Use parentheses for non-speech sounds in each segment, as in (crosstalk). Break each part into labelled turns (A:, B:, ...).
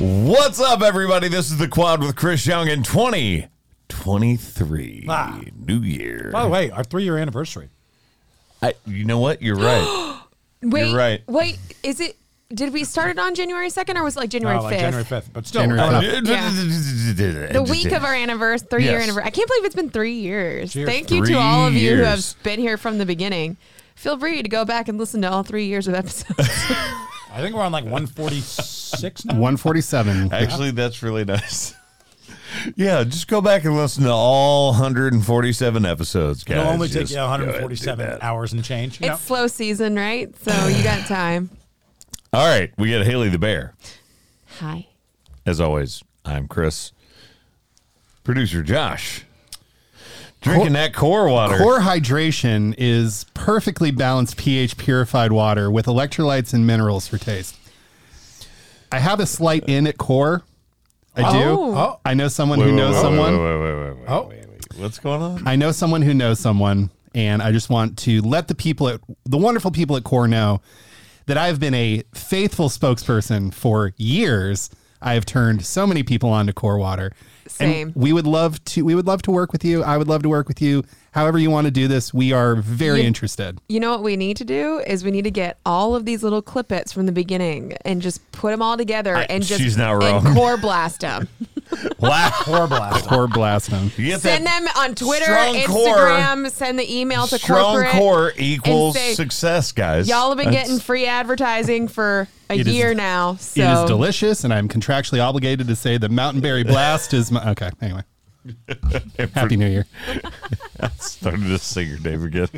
A: What's up, everybody? This is the Quad with Chris Young in 2023.
B: Ah.
A: New year.
B: By the way, our three year anniversary.
A: I, you know what? You're right.
C: Wait,
A: right.
C: Wait, is it? Did we start it on January second, or was it like January
B: No, Uh,
C: fifth?
B: like January 5th. But still,
A: January
B: coming up.
A: 5th.
C: the week of our anniversary, three year
A: Yes.
C: anniversary. I can't believe it's been three years.
B: Cheers.
C: Thank you
A: Three
C: to all of you who have
A: years.
C: been here from the beginning. Feel free to go back and listen to all three years
B: (laughs)
C: of episodes.
B: I think we're on
A: (laughs)
B: like 146 now.
D: 147.
A: Actually, that's really nice. Yeah, just go back and listen to all 147 episodes, guys.
B: It'll only
A: Just
B: take you
A: go ahead and do
B: 147
A: that.
B: hours and change. You know?
C: it's slow season, right? So you got time.
A: All right, we got Haley the Bear.
C: Hi.
A: As always, I'm Chris. Producer Josh.
D: Cor-
A: Drinking that core water.
D: Core hydration is perfectly balanced pH purified water with electrolytes and minerals for taste. I have a slight in at core. I do.
C: Oh.
D: I know someone
A: Wait,
D: who
A: wait,
D: knows
A: wait,
D: someone.
A: Wait, wait, wait, wait, wait,
B: Oh.
A: wait, wait. What's going on?
D: I know someone who knows someone, and I just want to let the people at the wonderful people at Core know that I've been a faithful spokesperson for years. I have turned so many people onto Core Water. And
C: Same.
D: we would love to. We would love to work with you. I would love to work with you. However, you want to do this, we are very
C: You-
D: interested.
C: You know what we need to do is we need to get all of these little clippets from the beginning and just put them all together and just
A: she's not
C: and
A: wrong.
C: core blast them.
A: Wow.
B: Core (laughs) blast.
D: Core blast them.
A: You (laughs) get
C: send
A: that
C: them on Twitter,
A: strong core-
C: Instagram, send the email to
A: strong
C: corporate.
A: core equals
C: and say-
A: success, guys.
C: Y'all have been
A: That's- (laughs)
C: getting free advertising for a
D: It is-
C: year now. So
D: It is delicious, and I'm contractually obligated to say the Mountain Berry Blast is my. Okay,
B: (laughs)
D: anyway. Happy New Year.
A: started to sing your name again.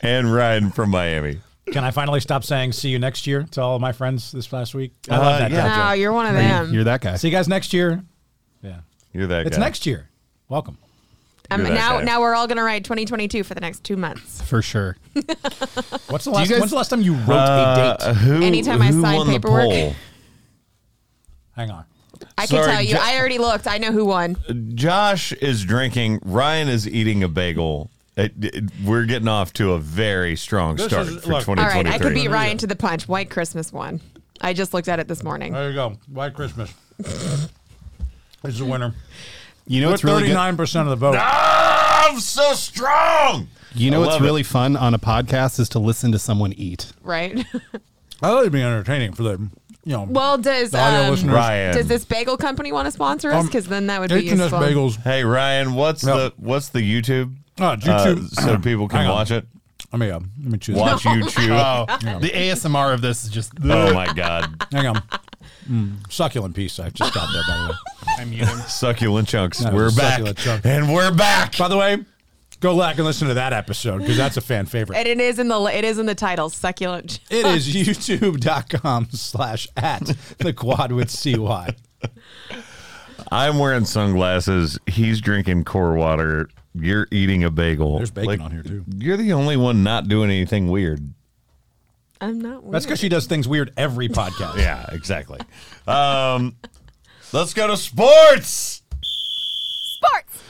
A: and Ryan from Miami.
B: Can I finally stop saying see you next year to all of my friends this last week? I love that.
A: Uh, yeah.
B: dad
C: No,
B: joke.
C: you're one of them.
D: You're that guy.
B: See you guys next year. Yeah.
A: You're that
B: It's
A: guy.
B: next year. Welcome.
C: Um,
A: you're that
C: now,
A: guy.
C: now we're all gonna ride 2022 for the next two months.
D: for sure.
B: What's the
D: you
B: last,
D: guys-
B: when's the last time you wrote a
A: Uh, (laughs)
B: date?
A: who,
C: Anytime I
A: who
C: sign
A: won the
C: paperwork.
A: poll?
B: Hang on.
C: I can
A: Sorry,
C: tell you,
A: Jo-
C: I already looked. I know who won.
A: Josh is drinking. Ryan is eating a bagel. It- it- we're getting off to a very strong
B: This
A: start for
B: is- look. All
C: All
A: 2023.
C: right, I could beat Ryan to the punch. White Christmas won. I just looked at it this morning.
B: There you go. White Christmas. It's the winner.
D: You know
B: With
D: what's really good?
B: 39% of the vote.
A: I'm so strong.
D: You know
A: I
D: what's
A: love it.
D: really fun on a podcast is to listen to someone eat.
C: Right? (laughs)
B: That would be entertaining for the, you know,
C: well, does
B: The audio
C: um,
B: listeners-
A: Ryan.
C: does this bagel company want to sponsor us?
B: Um,
C: Because then that would be
B: H&S
C: useful.
B: bagels.
A: Hey Ryan, what's
B: No.
A: the what's the YouTube? Uh,
B: Oh, YouTube. (clears throat)
A: so people can
B: Hang on.
A: watch
B: (laughs)
A: it.
B: Let me, uh, let me choose.
A: Watch YouTube. Oh,
D: The ASMR of this is just.
A: my god.
B: Hang on. Mm, succulent piece. I just got there, by the way.
A: Succulent chunks. (laughs)
B: No,
A: we're
B: just
A: back.
B: succulent chunks.
A: And we're back.
B: By the way, go back and listen to that episode because that's a fan favorite.
C: And it is in the it is in the title, succulent.
B: It is youtube.com slash at the quad with CY.
A: I'm wearing sunglasses. He's drinking core water. You're eating a bagel.
B: There's bacon on here, too.
A: You're the only one not doing anything weird.
C: I'm not. Weird.
B: That's because she does things weird every podcast.
A: Yeah, exactly. um, let's go to sports.
C: sports.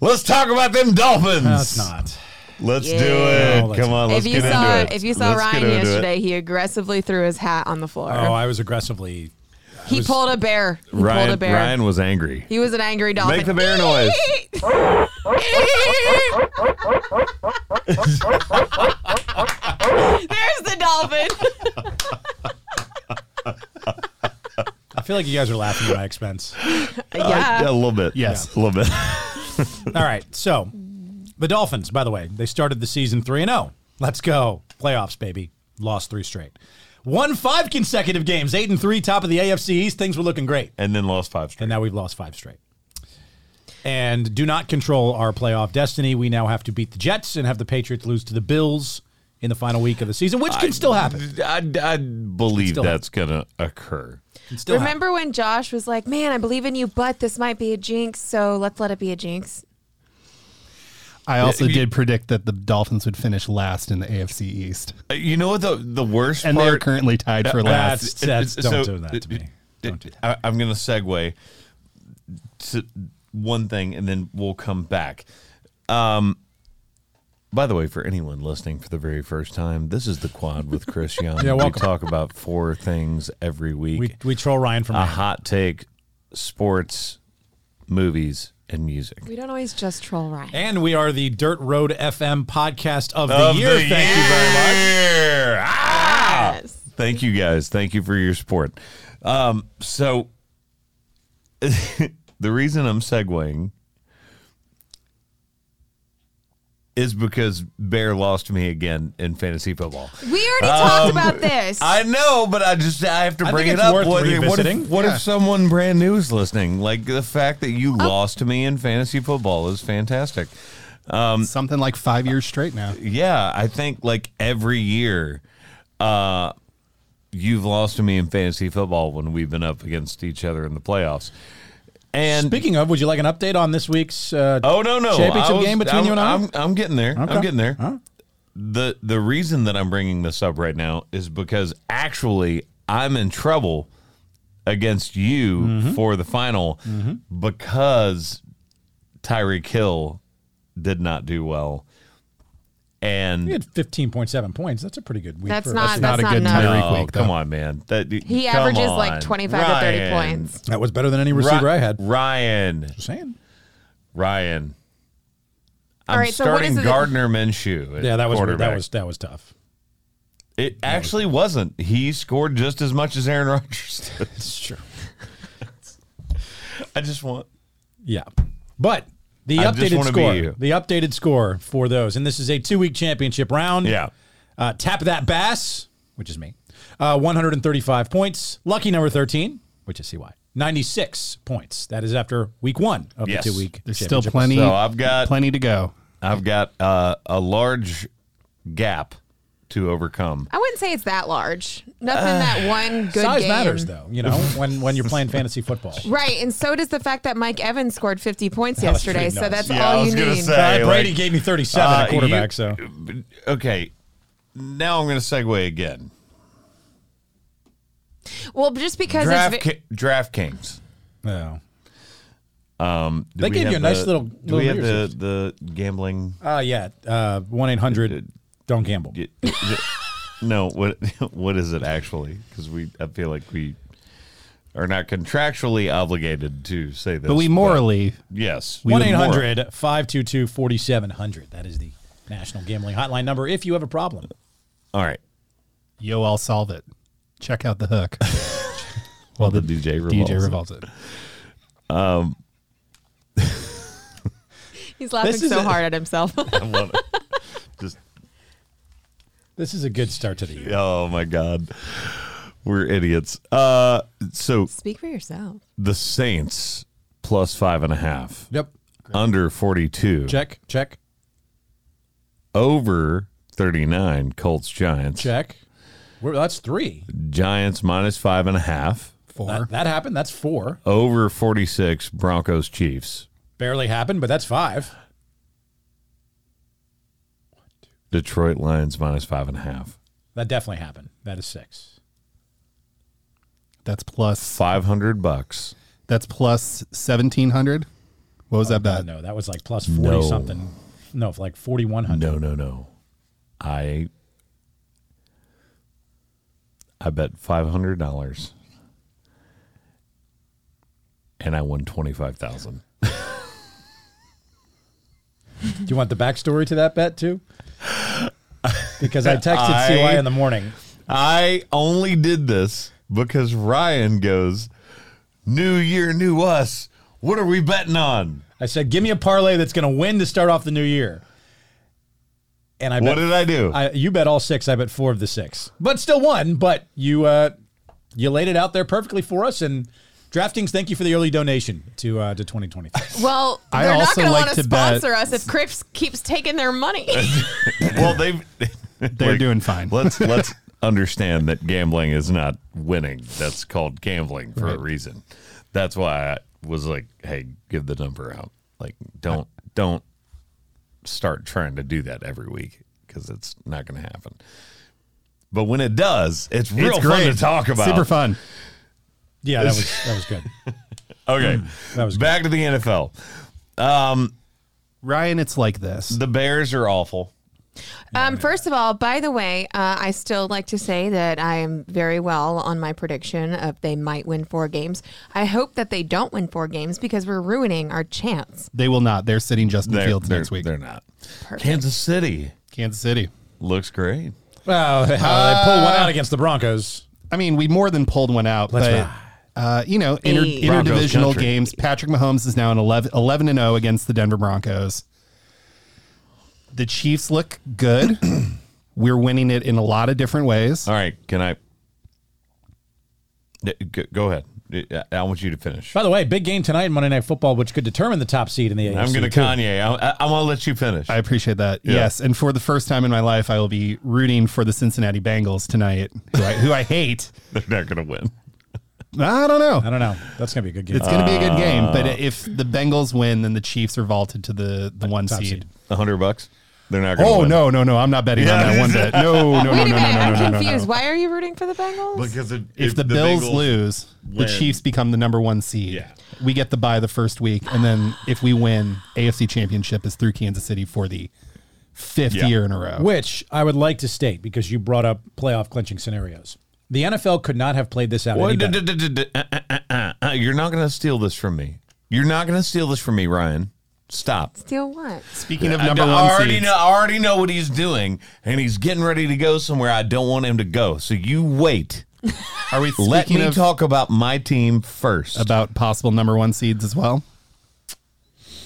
A: Let's talk about them Dolphins.
B: No, it's not.
A: Let's
C: Yeah.
A: do it.
D: Oh,
B: No, let's
A: Come on, let's
C: if you
A: get
C: saw
A: into it.
C: if you saw
A: Let's get
C: Ryan
A: into it.
C: yesterday, he aggressively threw his hat on the floor.
B: Oh, I was aggressively.
C: he
B: was-
C: pulled a bear. He pulled a
A: Ryan,
C: bear.
A: Ryan was angry.
C: he was an angry dolphin.
A: Make the bear
C: (laughs)
A: noise.
C: There's the (laughs) dolphin.
B: I feel like you guys are laughing at my expense.
C: yeah.
A: Yeah, a little bit.
D: Yes.
A: a little bit. (laughs)
B: All right. So, the Dolphins, by the way, they started the season 3 and 0. Let's go. Playoffs, baby. Lost three straight. Won five consecutive games, 8 and 3, top of the AFC East. Things were looking great.
A: and then lost five straight.
B: And now we've lost five straight. And do not control our playoff destiny. We now have to beat the Jets and have the Patriots lose to the Bills in the final week of the season, which can still happen.
A: I, I believe
B: Still
A: that's going to occur.
B: Can still happen.
C: Remember when Josh was like, "Man, I believe in you, but this might be a jinx, so let's let it be a jinx."
D: I also did predict that the Dolphins would finish last in the AFC East,
A: Uh, You know what the the worst
D: and they are
A: part
D: currently tied for last.
B: That's, that's,
A: It- it-
B: don't
A: so-
B: do that to me. Don't do that.
A: I, I'm going to segue to one thing, and then we'll come back. Um, By the way, for anyone listening for the very first time, this is the quad with
B: (laughs)
A: Chris Young.
B: Yeah,
A: we
B: welcome.
A: talk about four things every week.
B: We, we troll Ryan from
A: a hot take, sports, movies, and music.
C: We don't always just troll Ryan.
B: And we are the Dirt Road FM podcast of the Ah! year. Thank you very much.
A: very much.
C: Yes.
A: Thank you guys. Thank you for your support. Um, so (laughs) the reason I'm segueing is because Bear lost me again in fantasy football.
C: We already talked about this.
A: Um, I know, but I just I have to
B: I
A: bring
B: think
A: it
B: it's
A: up.
B: worth
A: what what if,
B: revisiting.
A: what if someone brand new is listening? Like the fact that you lost to me in fantasy football is fantastic.
D: Something like five years straight now.
A: Yeah, I think like every year, uh, you've lost to me in fantasy football when we've been up against each other in the playoffs. And
B: Speaking of, would you like an update on this week's? Uh,
A: oh no no
B: Championship game between
A: I'm,
B: you and I?
A: I'm, I'm getting there.
B: Okay.
A: I'm getting there. The the reason that I'm bringing this up right now is because actually I'm in trouble against you
B: Mm-hmm.
A: for the final because Tyreek Hill did not do well. And
B: he had fifteen point seven points. That's a pretty good week.
C: That's
B: for,
C: not- that's not enough.
D: Tyreek
A: No,
D: week, though.
A: come on, man. That,
C: he
A: come
C: averages
A: on.
C: like 25 to 30
A: Ryan.
C: points.
B: That was better than any
A: Ri-
B: receiver I had.
A: Ryan.
B: Just saying.
A: Ryan. I'm
C: All right, so what
A: starting
C: is it that-
A: Gardner Minshew. at
B: Yeah, that was
A: quarterback.
B: that was that was tough.
A: It actually wasn't. He scored just as much as Aaron (laughs) Rodgers. did.
B: It's true.
A: I just want.
B: Yeah, but the
A: I just
B: updated
A: wanna be
B: score,
A: you.
B: the updated score for those, and this is a two-week championship round.
A: Yeah.
B: Uh, tap that bass, which is me. Uh, 135 points. Lucky number 13, which is CY. 96 points. That is after week one of
A: Yes.
B: the two-week.
D: There's still
B: championship.
D: plenty.
A: So I've got-
D: plenty to go.
A: I've got uh, a large gap to overcome.
C: I wouldn't say it's that large. Nothing
A: Uh,
C: that one good
B: Size
C: game.
B: matters, though. You know, when when you're playing fantasy football.
C: Right, and so does the fact that Mike Evans scored 50 points
B: That was
C: yesterday.
B: pretty
C: So
B: nuts.
C: that's
A: Yeah, I
C: all
A: was
C: you
A: gonna
C: need.
A: say. (laughs) Hey,
B: Brady
A: like,
B: gave me 37
A: Uh,
B: at quarterback,
A: you-
B: so
A: Okay. Now I'm going to segue again.
C: Well, just because
A: Draft
C: it's vi-
A: Ki- DraftKings.
B: no.
A: Do
B: They
A: we
B: gave
A: have
B: you a nice
A: the-
B: little-
A: Do
B: little
A: we have
B: New Year's
A: the, the gambling?
B: Uh, yeah, uh, one eight hundred. Don't gamble.
A: It- it- it- no, what (laughs) what is it actually? Because we, I feel like we are not contractually obligated to say this,
D: But we morally,
A: yes,
B: One
A: would mor-
B: 800 522 4700 That is the national gambling hotline number. If you have a problem,
A: All right,
D: yo, I'll solve it. Check out the (laughs) hook. well,
A: the DJ revolves.
D: DJ revolves it.
C: he's laughing
B: This is
C: so
B: a-
C: hard at himself.
A: (laughs)
C: (laughs)
A: I want to just.
B: this is a good start to the year.
A: Oh my god, we're idiots. Uh, so
C: Speak for yourself.
A: the Saints plus five and a half,
B: Yep.
A: under forty two,
B: Check, check,
A: over thirty nine. Colts Giants
B: check. We're, that's three.
A: Giants minus five and a half,
D: Four.
B: That, that happened. That's four.
A: over forty six. Broncos Chiefs.
B: Barely happened, but that's five.
A: Detroit Lions minus five and a half.
B: That definitely happened. That is six.
D: that's plus.
A: Five hundred bucks.
D: That's plus seventeen hundred. What was that
B: Uh,
D: bet?
B: no, that was like plus 40
A: No.
B: something. No, like 4,100.
A: No, no, no. I I bet five hundred dollars, and I won twenty five thousand.
B: Do you want the backstory to that bet, (laughs) too? Because I texted
A: I-
B: CY in the morning.
A: I only did this because Ryan goes, "New year, new us. What are we betting on?"
B: I said, give me a parlay that's going to win to start off the new year. And I bet,
A: What did I do?
B: I, you bet all six. I bet four of the six, but still won. But you uh, you laid it out there perfectly for us. And DraftKings, thank you for the early donation to uh,
A: (laughs)
B: to 2023.
C: Well,
D: I
C: they're not
D: also
C: going to
D: like
C: want
D: to
C: to sponsor
D: bet-
C: us if Crips keeps taking their money. (laughs)
A: well, they
D: They're doing fine.
A: Let's let's understand that gambling is not winning. That's called gambling for a reason. That's why I was like, "Hey, give the number out. Like, don't don't start trying to do that every week because it's not going to happen." But when it does, it's real fun to talk about.
D: Super fun.
B: yeah, that was that was good.
A: Okay,
D: Mm.
B: That was good.
A: back to the NFL.
D: Ryan, it's like this.
A: The Bears are awful.
C: Um, first of all, by the way, uh, I still like to say that I am very well on my prediction of they might win four games. I hope that they don't win four games because we're ruining our chance.
D: They will not. They're sitting Justin
A: They're,
D: Fields
A: they're-
D: next week.
A: they're not. Kansas City
D: Kansas City.
A: looks great.
B: Well, they, pull one out against the Broncos.
D: I mean, we more than pulled one out,
B: Let's
D: but
B: ride.
D: uh, you know, inter-
C: Hey.
A: Broncos
D: interdivisional
A: country.
D: games. Patrick Mahomes is now an 11, 11 and 0 against the Denver Broncos. The Chiefs look good. (clears throat) We're winning it in a lot of different ways.
A: All right, can I? D- go- Go ahead. I- I want you to finish.
B: By the way, big game tonight in Monday Night Football, which could determine the top seed in the AFC.
A: I'm going to
B: too.
A: Kanye. I'm, I- I'm going to let you finish.
D: I (laughs) appreciate that. Yes, and for the first time in my life, I will be rooting for the Cincinnati Bengals tonight, who I, who I hate.
A: They're not going to win.
D: I don't
B: I
D: know.
B: don't know. That's going to be a good game.
D: It's going to be a good game, but
A: Uh.
D: if the Bengals win, then the Chiefs are vaulted to the the one
B: Top
D: seed.
B: seed.
A: A hundred bucks. They're not going to
D: Oh
A: win.
D: no, no, no! I'm not betting on that one bet.
A: (laughs)
D: No, no, no, no, no,
C: Wait a
D: no,
C: minute,
D: no,
C: I'm
D: no, no,
C: confused.
D: no.
C: Why are you rooting for the Bengals?
A: Because it,
D: if the, Bills lose, the
A: win-
D: Chiefs become the number one seed.
A: Yeah.
D: We get the bye the first week, and then if we win, AFC Championship is through Kansas City for the fifth
A: Yeah.
D: year in a row.
B: Uh, Which I would like to state because you brought up playoff clinching scenarios. The NFL could not have played this out.
A: Well,
B: any
A: d-
B: better.
A: d- d- d- d- uh, uh, uh, uh, uh, you're not going to steal this from me. You're not going to steal this from me, Ryan. Stop.
C: Still what?
D: Speaking of number
A: I,
D: one
A: I already
D: seeds,
A: know. I already know what he's doing, and he's getting ready to go somewhere I don't want him to go. So you wait.
D: are we
A: Let
D: speaking
A: me
D: of,
A: talk about my team first.
D: about possible number one seeds as well?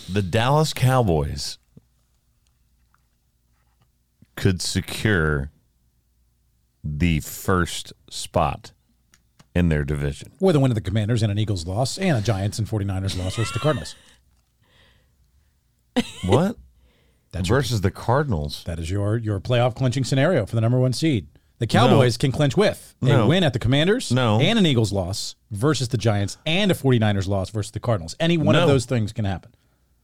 A: the Dallas Cowboys could secure the first spot in their division.
B: With a win of the Commanders and an Eagles loss and a Giants and 49ers loss versus the Cardinals.
A: What?
B: That's your,
A: Versus the Cardinals.
B: that is your your playoff clinching scenario for the number one seed. The Cowboys can clinch with a
A: No.
B: win at the Commanders
A: No.
B: and an Eagles loss versus the Giants and a 49ers loss versus the Cardinals. Any one
A: No.
B: of those things can happen.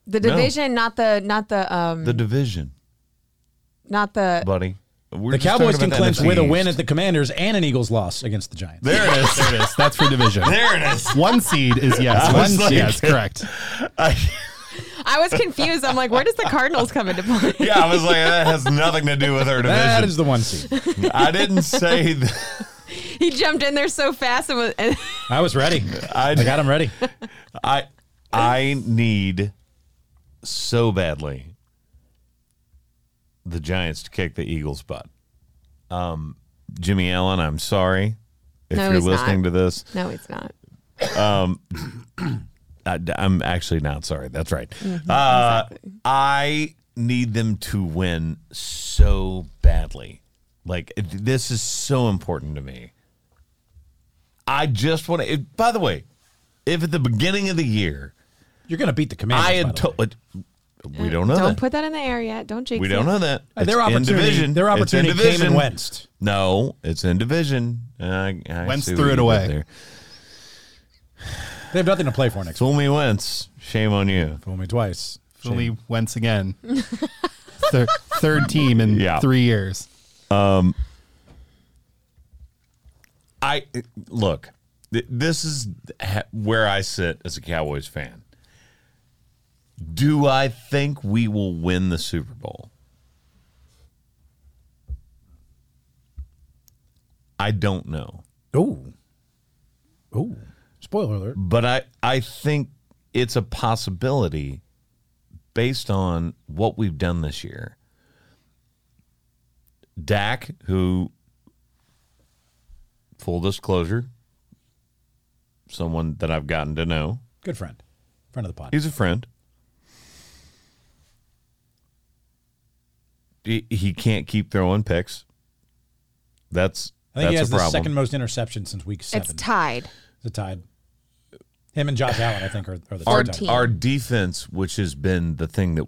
C: The division, not the not the um
A: The division,
C: not the
A: buddy. We're
B: The
A: just
B: Cowboys
A: talking about the
B: can clinch with a
A: NFC
B: win at
A: East.
B: the Commanders and an Eagles loss against the Giants.
D: There it is. There it is. (laughs) That's for division.
A: There it is.
D: One
A: (laughs)
D: seed is yes.
A: I was
D: One
A: like- (laughs)
D: yes, correct.
C: I was confused. I'm like, where does the Cardinals come into play?
A: (laughs) (laughs) Yeah, I was like, that has nothing to do with our division.
B: That is the one seed.
A: I didn't
B: (laughs)
A: say that.
C: He jumped in there so fast and was and (laughs)
B: I was ready.
A: I,
B: I got him ready.
A: I I need so badly the Giants to kick the Eagles' butt. Um, Jimmy Allen, I'm sorry if
C: No,
A: you're
C: he's
A: listening
C: not.
A: to this.
C: No, it's not.
A: I, am actually not sorry. That's right.
C: Mm-hmm,
A: uh, I need them to win so badly. Like it- this is so important to me. I just want to. By the way, if at the beginning of the year
B: You're going to beat the Commanders.
A: I
B: by
A: had
B: the way.
A: told. We don't know
C: Don't
A: that.
C: put that in the air yet. Don't jinx
A: we don't
C: it.
A: know that.
B: Uh, their
A: It's in
B: opportunity,
A: division.
B: their
A: It's in
B: opportunity came
A: division.
B: and went.
A: No, it's in division. Uh, I, I
D: Wentz
A: see what
D: threw it
A: you did
D: away.
A: there.
B: They have nothing to play for next week.
A: Fool me once, shame on you.
B: Fool me twice.
D: Fully once again. Thir- third team in
A: Yeah.
D: three years.
A: I look. th- This is ha- where I sit as a Cowboys fan. Do I think we will win the Super Bowl? I don't know.
B: Oh. Oh. Spoiler alert.
A: but I I think it's a possibility based on what we've done this year. Dak, who full disclosure, someone that I've gotten to know,
B: Good friend. Friend of the pod.
A: he's a friend. He, he can't keep throwing picks. That's
B: I think he
A: that's
B: has
A: a
B: the
A: problem.
B: second most interceptions since week seven.
C: It's tied.
B: It's a tied. Him and Josh Allen, I think, are, are the
A: our,
B: top.
C: team.
A: our defense, which has been the thing that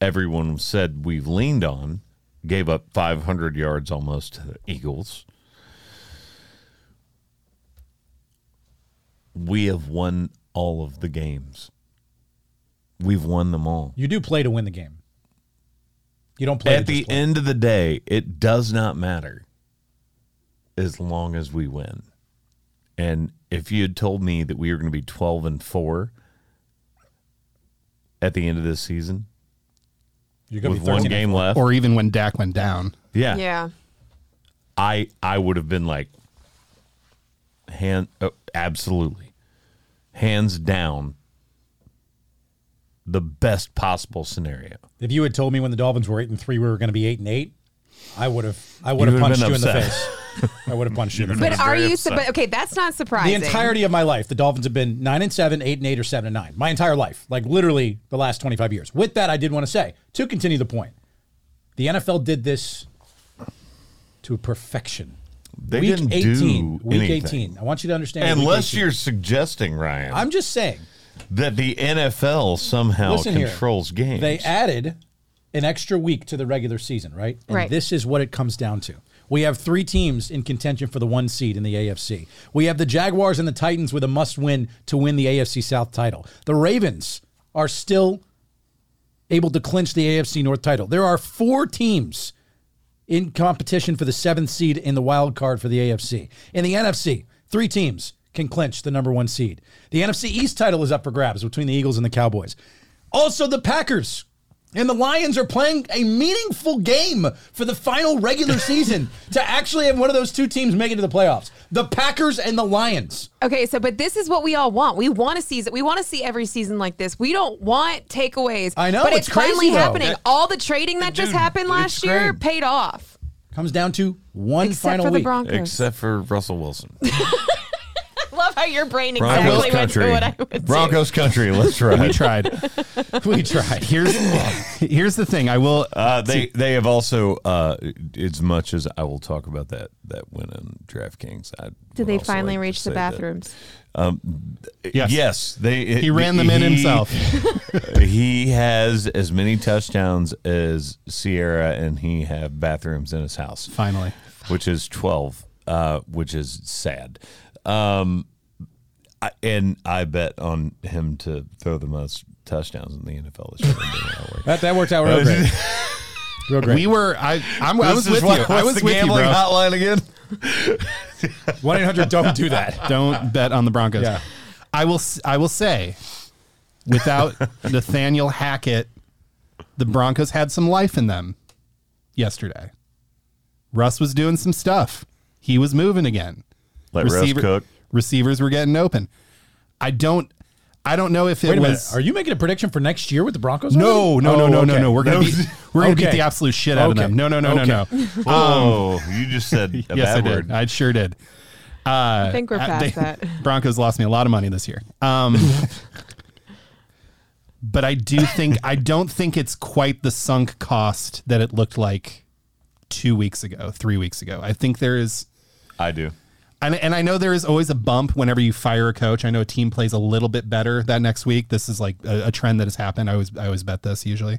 A: everyone said we've leaned on, gave up 500 yards almost to the Eagles. We have won all of the games. We've won them all.
B: You do play to win the game. You don't play
A: At
B: to
A: the
B: just play.
A: end of the day, it does not matter as long as we win. And if you had told me that we were going to be 12 and 4 at the end of this season,
B: You're gonna
A: with
B: be 13
A: one
B: and
A: game
B: four.
A: left.
D: Or even when Dak went down.
A: yeah,
C: Yeah.
A: I I would have been like, hand oh, absolutely, hands down, the best possible scenario.
B: If you had told me when the Dolphins were eight and three, we were going to be eight and eight, I would have. I would
A: You
B: have
A: would have
B: punched
A: been
B: you in the
A: upset.
B: face. I would have punched you
A: (laughs)
B: in the face.
A: been
C: But are
A: very
C: you?
A: upset.
C: But okay, that's not
B: The
C: surprising.
B: entirety of my life, the Dolphins have been nine and seven, eight and eight, or seven and nine. My entire life, like literally the last twenty five years. With that, I did want to say to continue the point, the NFL did this to perfection.
A: They
B: week
A: didn't
B: eighteen,
A: do
B: week
A: anything.
B: eighteen. I want you to understand. week
A: Unless
B: 18.
A: you're suggesting Ryan
B: I'm just saying.
A: that the NFL somehow
B: Listen here.
A: controls games.
B: They added an extra week to the regular season, right? And
C: Right.
B: this is what it comes down to. We have three teams in contention for the one seed in the AFC. We have the Jaguars and the Titans with a must win to win the AFC South title. The Ravens are still able to clinch the AFC North title. There are four teams in competition for the seventh seed in the wild card for the AFC. In the NFC, three teams can clinch the number one seed. The NFC East title is up for grabs between the Eagles and the Cowboys. Also, the Packers and the Lions are playing a meaningful game for the final regular
C: (laughs)
B: season to actually have one of those two teams make it to the playoffs. The Packers and the Lions.
C: Okay, so but this is what we all want. We want a season. We want to see every season like this. We don't want takeaways.
B: I know,
C: but
B: it's
C: it's,
B: crazy,
C: finally
B: though.
C: happening.
A: That-
C: all the trading that just
A: Dude,
C: happened
A: it's
C: last year
A: great.
C: paid off.
B: Comes down to one
C: Except
B: final
C: for the
B: week.
C: Broncos.
A: Except for Russell Wilson.
C: (laughs) I love how your brain exactly
A: Broncos
C: went to what I
A: country.
C: would do.
A: Broncos country. Let's
D: We
A: try.
D: (laughs)
A: (laughs)
D: tried.
B: we tried.
D: Here's here's the thing. I will
A: Uh, they they have also uh, as much as I will talk about that that win in DraftKings. I
C: Did
A: would
C: they
A: also
C: finally
A: like to
C: reach
A: say
C: the
A: that-
C: bathrooms?
D: Yes.
A: Yes. they
D: he ran them in
A: he-
D: himself.
A: (laughs) he has as many touchdowns as Sierra, and he have bathrooms in his house,
D: Finally.
A: which is twelve, uh, which is sad. Um, I, and I bet on him to throw the most touchdowns in the NFL
D: (laughs)
A: this year. I don't know how it works.
B: That, that worked out real great. Real great.
D: We were I I'm, I
A: This
D: was
A: is
D: with
A: why-
D: you. I
A: what's
D: was
A: the
D: with you,
A: gambling
D: bro.
A: hotline
D: (laughs)
A: again.
B: 1 800 don't do that.
D: Don't bet on the Broncos.
B: Yeah.
D: I will. s- I will say,
A: (laughs)
D: without Nathaniel Hackett, the Broncos had some life in them yesterday. Russ was doing some stuff. He was moving again.
A: Let Russ cook.
D: Receivers were getting open. I don't. I don't know if it
B: Wait a minute.
D: was.
B: Are you making a prediction for next year with the Broncos?
D: no, no, no,
B: Oh,
D: no, no,
B: okay.
D: no. We're gonna
A: No.
D: beat, we're gonna beat
B: Okay.
D: the absolute shit out
B: Okay.
D: of them. No, no, no, no, no.
A: Oh, you just said a
D: Um, yes, I
A: bad
D: did.
A: word.
D: I sure did.
C: I think we're
D: Uh,
C: past
D: they-
C: that.
D: (laughs) Broncos lost me a lot of money this year.
B: (laughs)
D: Um, but I do think I don't think it's quite the sunk cost that it looked like two weeks ago, three weeks ago. I think there is,
A: I do.
D: and, and I know there is always a bump whenever you fire a coach. I know a team plays a little bit better that next week. This is like a, a trend that has happened. I always I always bet this usually,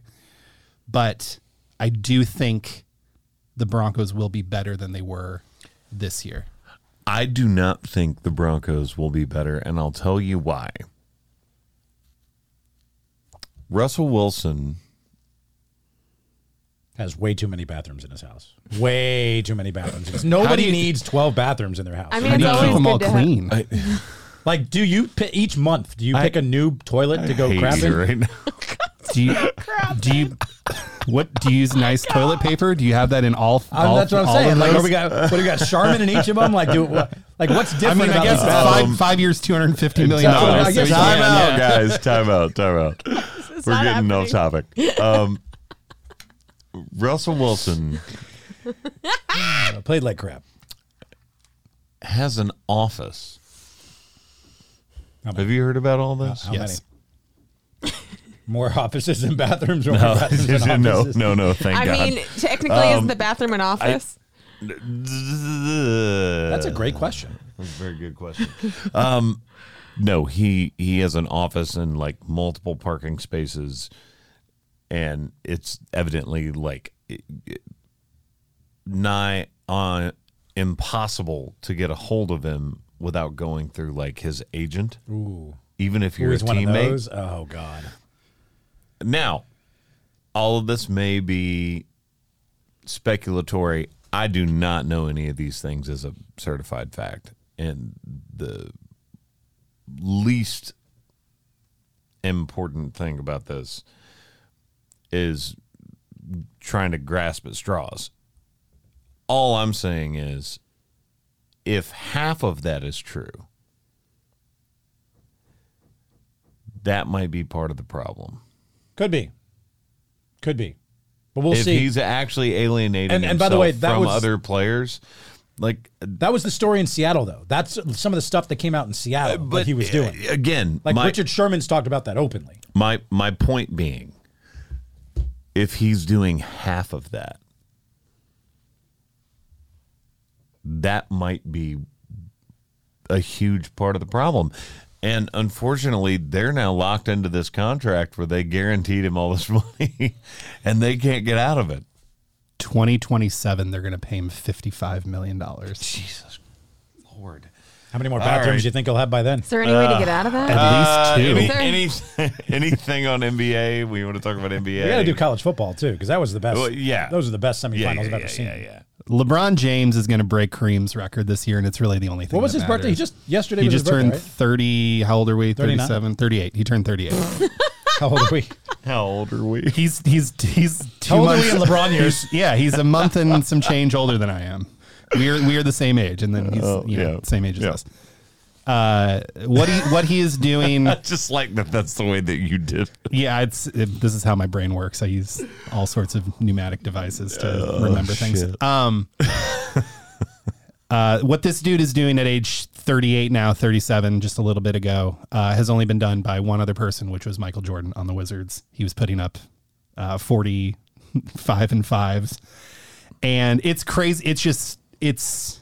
D: but I do think the Broncos will be better than they were this year.
A: I do not think the Broncos will be better, and I'll tell you why. Russell Wilson
B: Has way too many bathrooms in his house. Way too many bathrooms. in his- Nobody
D: you-
B: needs 12 bathrooms in their house.
C: I mean,
D: I
C: It's
D: need to keep
C: always
D: them all
C: good to have-
D: clean.
B: like, do you pi- each month, do you pick a new toilet to go
A: hate
B: crap in? Uh,
A: right now.
D: Do you,
C: (laughs)
D: do you what do you use nice toilet paper? Do you have that in all?
B: I mean,
D: all
B: that's what I'm
D: all
B: saying.
D: of
B: Like,
D: those?
B: what we got? What do we got? Charmin in each of them? Like, do what, like what's
D: I
B: different
D: mean, I
B: about
D: guess
B: these
D: it's
B: bathrooms?
D: five five years, two hundred fifty million
B: No,
D: dollars.
B: I guess
D: so you
A: time
D: can,
A: out,
D: yeah.
A: guys. Time out. Time out. We're
C: not
A: getting off topic. Um, Russell Wilson
B: Uh, Played like crap.
A: has an office.
B: How many?
A: Have you heard about all this?
B: How
D: (laughs) Yes.
B: many? More (laughs) offices than bathrooms, or more (laughs) bathrooms
A: No,
B: than
A: (laughs) no,
B: offices?
A: no, no. Thank
C: I
A: God. (laughs) Um,
C: mean, technically, isn't the bathroom an office?
B: That's a great question.
A: That's a very good
B: (laughs)
A: question. um, no, he he has an office and like multiple parking spaces, and it's evidently like it- it- nigh on impossible to get a hold of him without going through like his agent.
B: Ooh,
A: Even if you're
B: he's
A: a
B: one of
A: teammate,
B: those. Oh God.
A: now, all of this may be speculatory. I do not know any of these things as a certified fact. And the least important thing about this is trying to grasp at straws. All I'm saying is if half of that is true, that might be part of the problem.
B: Could be. Could be. But we'll
A: if
B: see.
A: he's actually alienating
B: And- and by the
A: himself
B: way, that
A: from
B: was-
A: other players, like
B: that was the story in Seattle, though. That's some of the stuff that came out in Seattle that he
A: uh,
B: was doing.
A: again,
B: Like
A: my,
B: Richard Sherman's talked about that openly.
A: My my point being, if he's doing half of that, that might be a huge part of the problem. And unfortunately, they're now locked into this contract where they guaranteed him all this (laughs) money, and they can't get out of it.
D: 2027, they're going to pay him $55 million. At
A: Jesus, Lord!
B: How many more
A: All
B: bathrooms
A: right.
B: do you think he'll have by then?
C: Is there any
A: Uh,
C: way to get out of that?
D: least two.
A: Any,
C: There-
A: any, (laughs) anything on NBA? We want to talk about NBA.
B: We got to do college football too, because that was the best.
A: Well, yeah.
B: those are the best semifinals
A: yeah, yeah,
B: I've
A: yeah,
B: ever seen.
A: yeah, yeah.
D: LeBron James is going to break Kareem's record this year, and it's really the only thing.
B: What was
D: that
B: his birthday? He
D: matters.
B: just yesterday.
D: he
B: was
D: just
B: his birthday,
D: turned 30. How old are we?
B: 39?
D: 37, 38. He turned
B: (laughs)
D: 38.
B: right? How old
A: (laughs)
B: are we?
A: How old are we? (laughs)
D: he's he's he's two
B: old are
D: months
B: we in LeBron years?
D: he's- (laughs) yeah, he's a month and some change older than I am. We're we are the same age, and then he's
A: Oh,
D: you know,
A: yeah.
D: same age as
A: Yeah.
D: us. Uh, what he what he is
B: (laughs)
D: doing?
A: just like that. That's the way that you did.
D: yeah, it's it, this is how my brain works. I use all sorts of pneumatic devices to remember things.
A: shit.
D: Um, uh, what this dude is doing at age 38 now, 37, just a little bit ago, uh, has only been done by one other person, which was Michael Jordan on the Wizards. He was putting up uh, 45 and fives, and it's crazy. It's just it's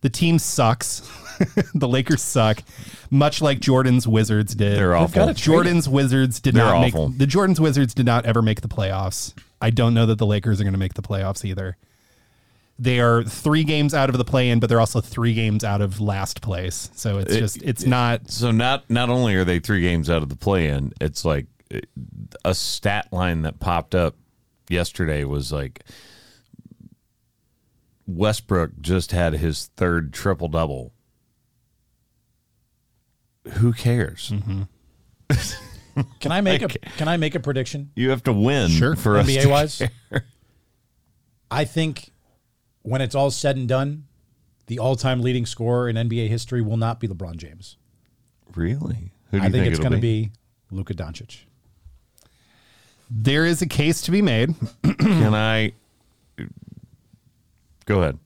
D: the team sucks. (laughs) the Lakers suck, much like Jordan's Wizards did.
A: They're
B: They've
A: awful.
B: got to-
D: Jordan's Wizards did
A: They're
D: not
A: awful.
D: make the Jordan's Wizards did not ever make the playoffs. I don't know that the Lakers are going to make the playoffs either. They are three games out of the play in, but they're also three games out of last place. So it's just it's not
A: So not not only are they three games out of the play-in, it's like uh, a stat line that popped up yesterday was like Westbrook just had his third triple double. Who cares?
B: Can I make a Can I make a prediction?
A: You have to win
D: Sure.
A: for us.
B: NBA
A: to-
B: wise, I think when it's all said and done, the all time leading scorer in NBA history will not be LeBron James.
A: (laughs) really? Who do
B: I
A: you
B: think, it's
A: it'll
B: going to be Luka Doncic.
D: there is a case to be made.
B: Hmm.
A: Can I go ahead?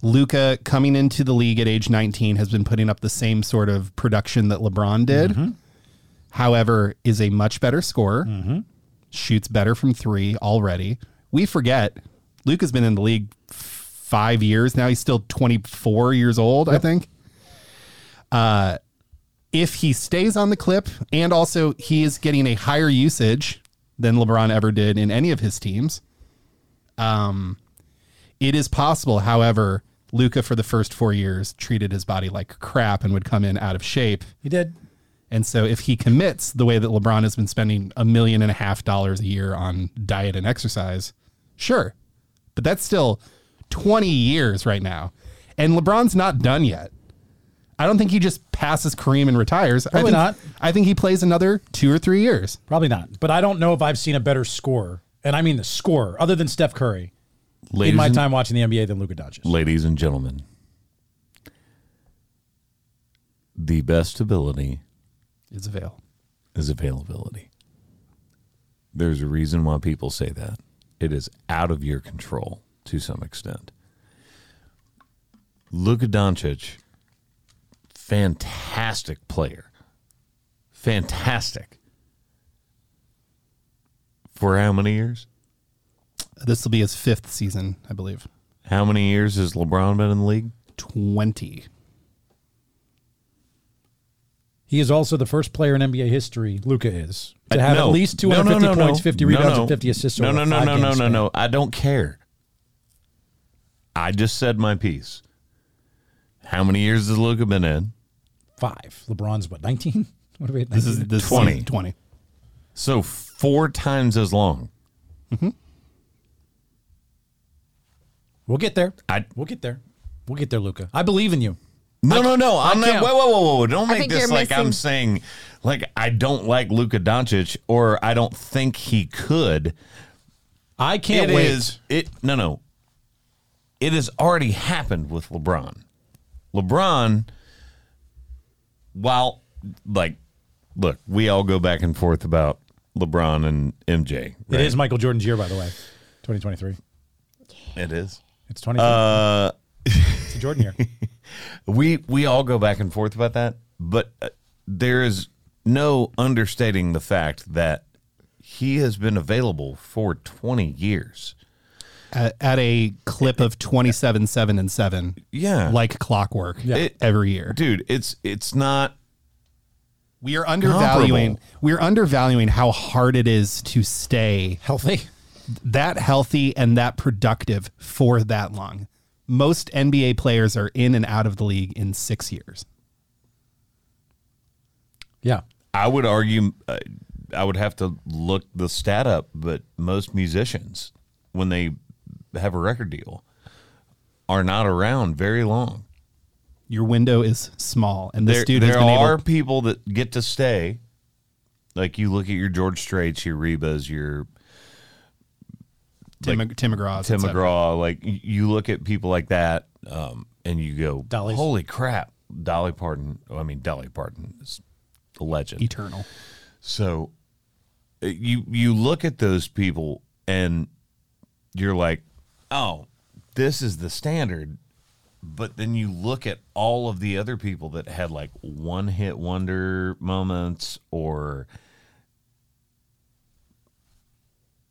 D: Luca coming into the league at age 19 has been putting up the same sort of production that LeBron did. However, is a much better scorer, shoots better from three already. We forget Luca's been in the league f- five years now. He's still 24 years old, I think. Uh, if he stays on the clip, and also he is getting a higher usage than LeBron ever did in any of his teams. It is possible, however, Luca for the first four years treated his body like crap and would come in out of shape.
B: He did.
D: And so if he commits the way that LeBron has been spending a million and a half dollars a year on diet and exercise, sure. But that's still 20 years right now. And LeBron's not done yet. I don't think he just passes Kareem and retires. I
B: Probably
D: think-
B: not.
D: I think he plays another two or three years.
B: Probably not. But I don't know if I've seen a better scorer, and I mean the scorer, other than Steph Curry,
A: Ladies
B: in my
A: and-
B: time watching the NBA than Luka Doncic.
A: ladies and gentlemen, the best ability
D: It's avail.
A: is availability. There's a reason why people say that. It is out of your control to some extent. Luka Doncic, fantastic player. Fantastic. For how many years?
D: This will be his fifth season, I believe.
A: How many years has LeBron been in the league?
D: 20.
B: He is also the first player in NBA history, Luca is, to
A: I-
B: have
A: Uh, no.
B: at least
A: No, no,
B: 250
A: no, no.
B: points, 50
A: No,
B: rebounds,
A: no.
B: and 50 assists.
A: No,
B: over
A: no,
B: a
A: no, no,
B: five-game
A: no, no,
B: span.
A: no. I don't care. I just said my piece. How many years has Luca been in?
B: Five. LeBron's what, 19? (laughs) What are we at?
D: This is
B: 19?
D: this
A: 20.
D: 20.
A: So four times as long.
B: We'll get there.
A: I
B: We'll get there. We'll get there, Luca. I believe in you.
A: no no no. I'm
B: I
A: not.
B: can't-
A: Whoa whoa whoa whoa! Don't
C: I
A: make
C: think
A: this
C: you're
A: like I'm
C: missing-
A: saying Like I don't like Luka Doncic, or I don't think he could.
B: I
A: It
B: can't
A: is
B: wait.
A: it no no. It has already happened with LeBron. LeBron, while like, look, we all go back and forth about LeBron and MJ.
B: It is Michael Jordan's year, by the way. 2023.
A: It is.
B: It's 23.
A: Uh,
B: it's
A: (laughs)
B: a Jordan year.
A: we we all go back and forth about that, but uh, there is no understating the fact that he has been available for 20 years.
D: at, at a clip of 27 7 and 7
A: Yeah.
D: like clockwork
A: It-
D: every year
A: Dude, it's it's not
D: we are undervaluing we are undervaluing how hard it is to stay
B: Healthy.
D: that healthy and that productive for that long most nba players are in and out of the league in 6 years
B: Yeah.
A: I would argue uh, I would have to look the stat up, but most musicians when they have a record deal are not around very long.
D: your window is small and this
A: there,
D: dude has
A: there
D: been
A: are
D: able
A: people that get to stay. Like you look at your George Straits, your Rebas, your
D: Tim, Tim McGraw
A: Tim McGraw. Like y- you look at people like that, um, and you go,
B: Dolly's.
A: "Holy crap, Dolly Parton!" oh, I mean, Dolly Parton is a legend.
D: eternal
A: So uh, you you look at those people and you're like, "Oh, this is the standard." But then you look at all of the other people that had like one hit wonder moments or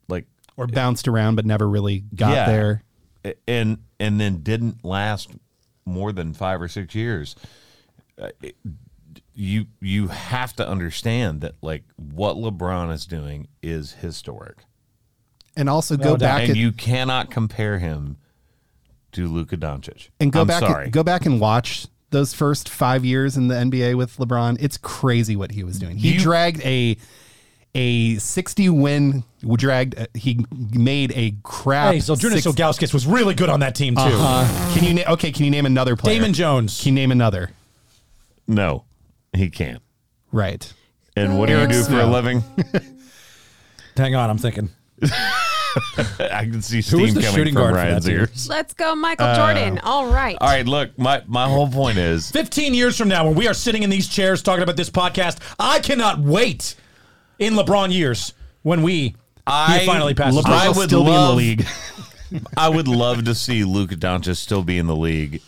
A: like
D: or bounced around but never really got
A: Yeah.
D: there
A: a- and and then didn't last more than 5 or 6 years. Uh, it- You you have to understand that like what LeBron is doing is historic.
D: and also go
B: doubt.
D: back
A: and
D: at,
A: you cannot compare him to Luka Doncic.
D: and go
A: I'm
D: back
A: Sorry.
D: go back and watch those first five years in the NBA with LeBron. It's crazy what he was doing. He
A: You-
D: dragged a a sixty win dragged. uh, he made a crap.
B: Hey, Zildjinis
D: six-
B: Ilgauskas was really good on that team, too.
A: Uh-huh.
D: uh, can you na- okay? Can you name another player?
B: Damon Jones.
D: Can you name another?
A: no, he can't.
D: Right.
A: And what do you
C: Eric
A: do for a
D: Snow.
A: living? (laughs)
B: Hang on, I'm thinking.
A: I can see
B: Who
A: steam
B: was the
A: coming
B: shooting
A: from
B: guard for
A: Ryan's
B: that team?
A: ears.
C: Let's go, Michael Jordan. All right.
A: Uh, All right, look, my, my whole point is
B: 15 years from now, when we are sitting in these chairs talking about this podcast, I cannot wait in LeBron years when we
A: I
B: he finally passes.
A: LeBron- I
D: He'll
A: would
D: still
A: love-
D: be in the league.
A: (laughs) I would love to see Luka Doncic still be in the league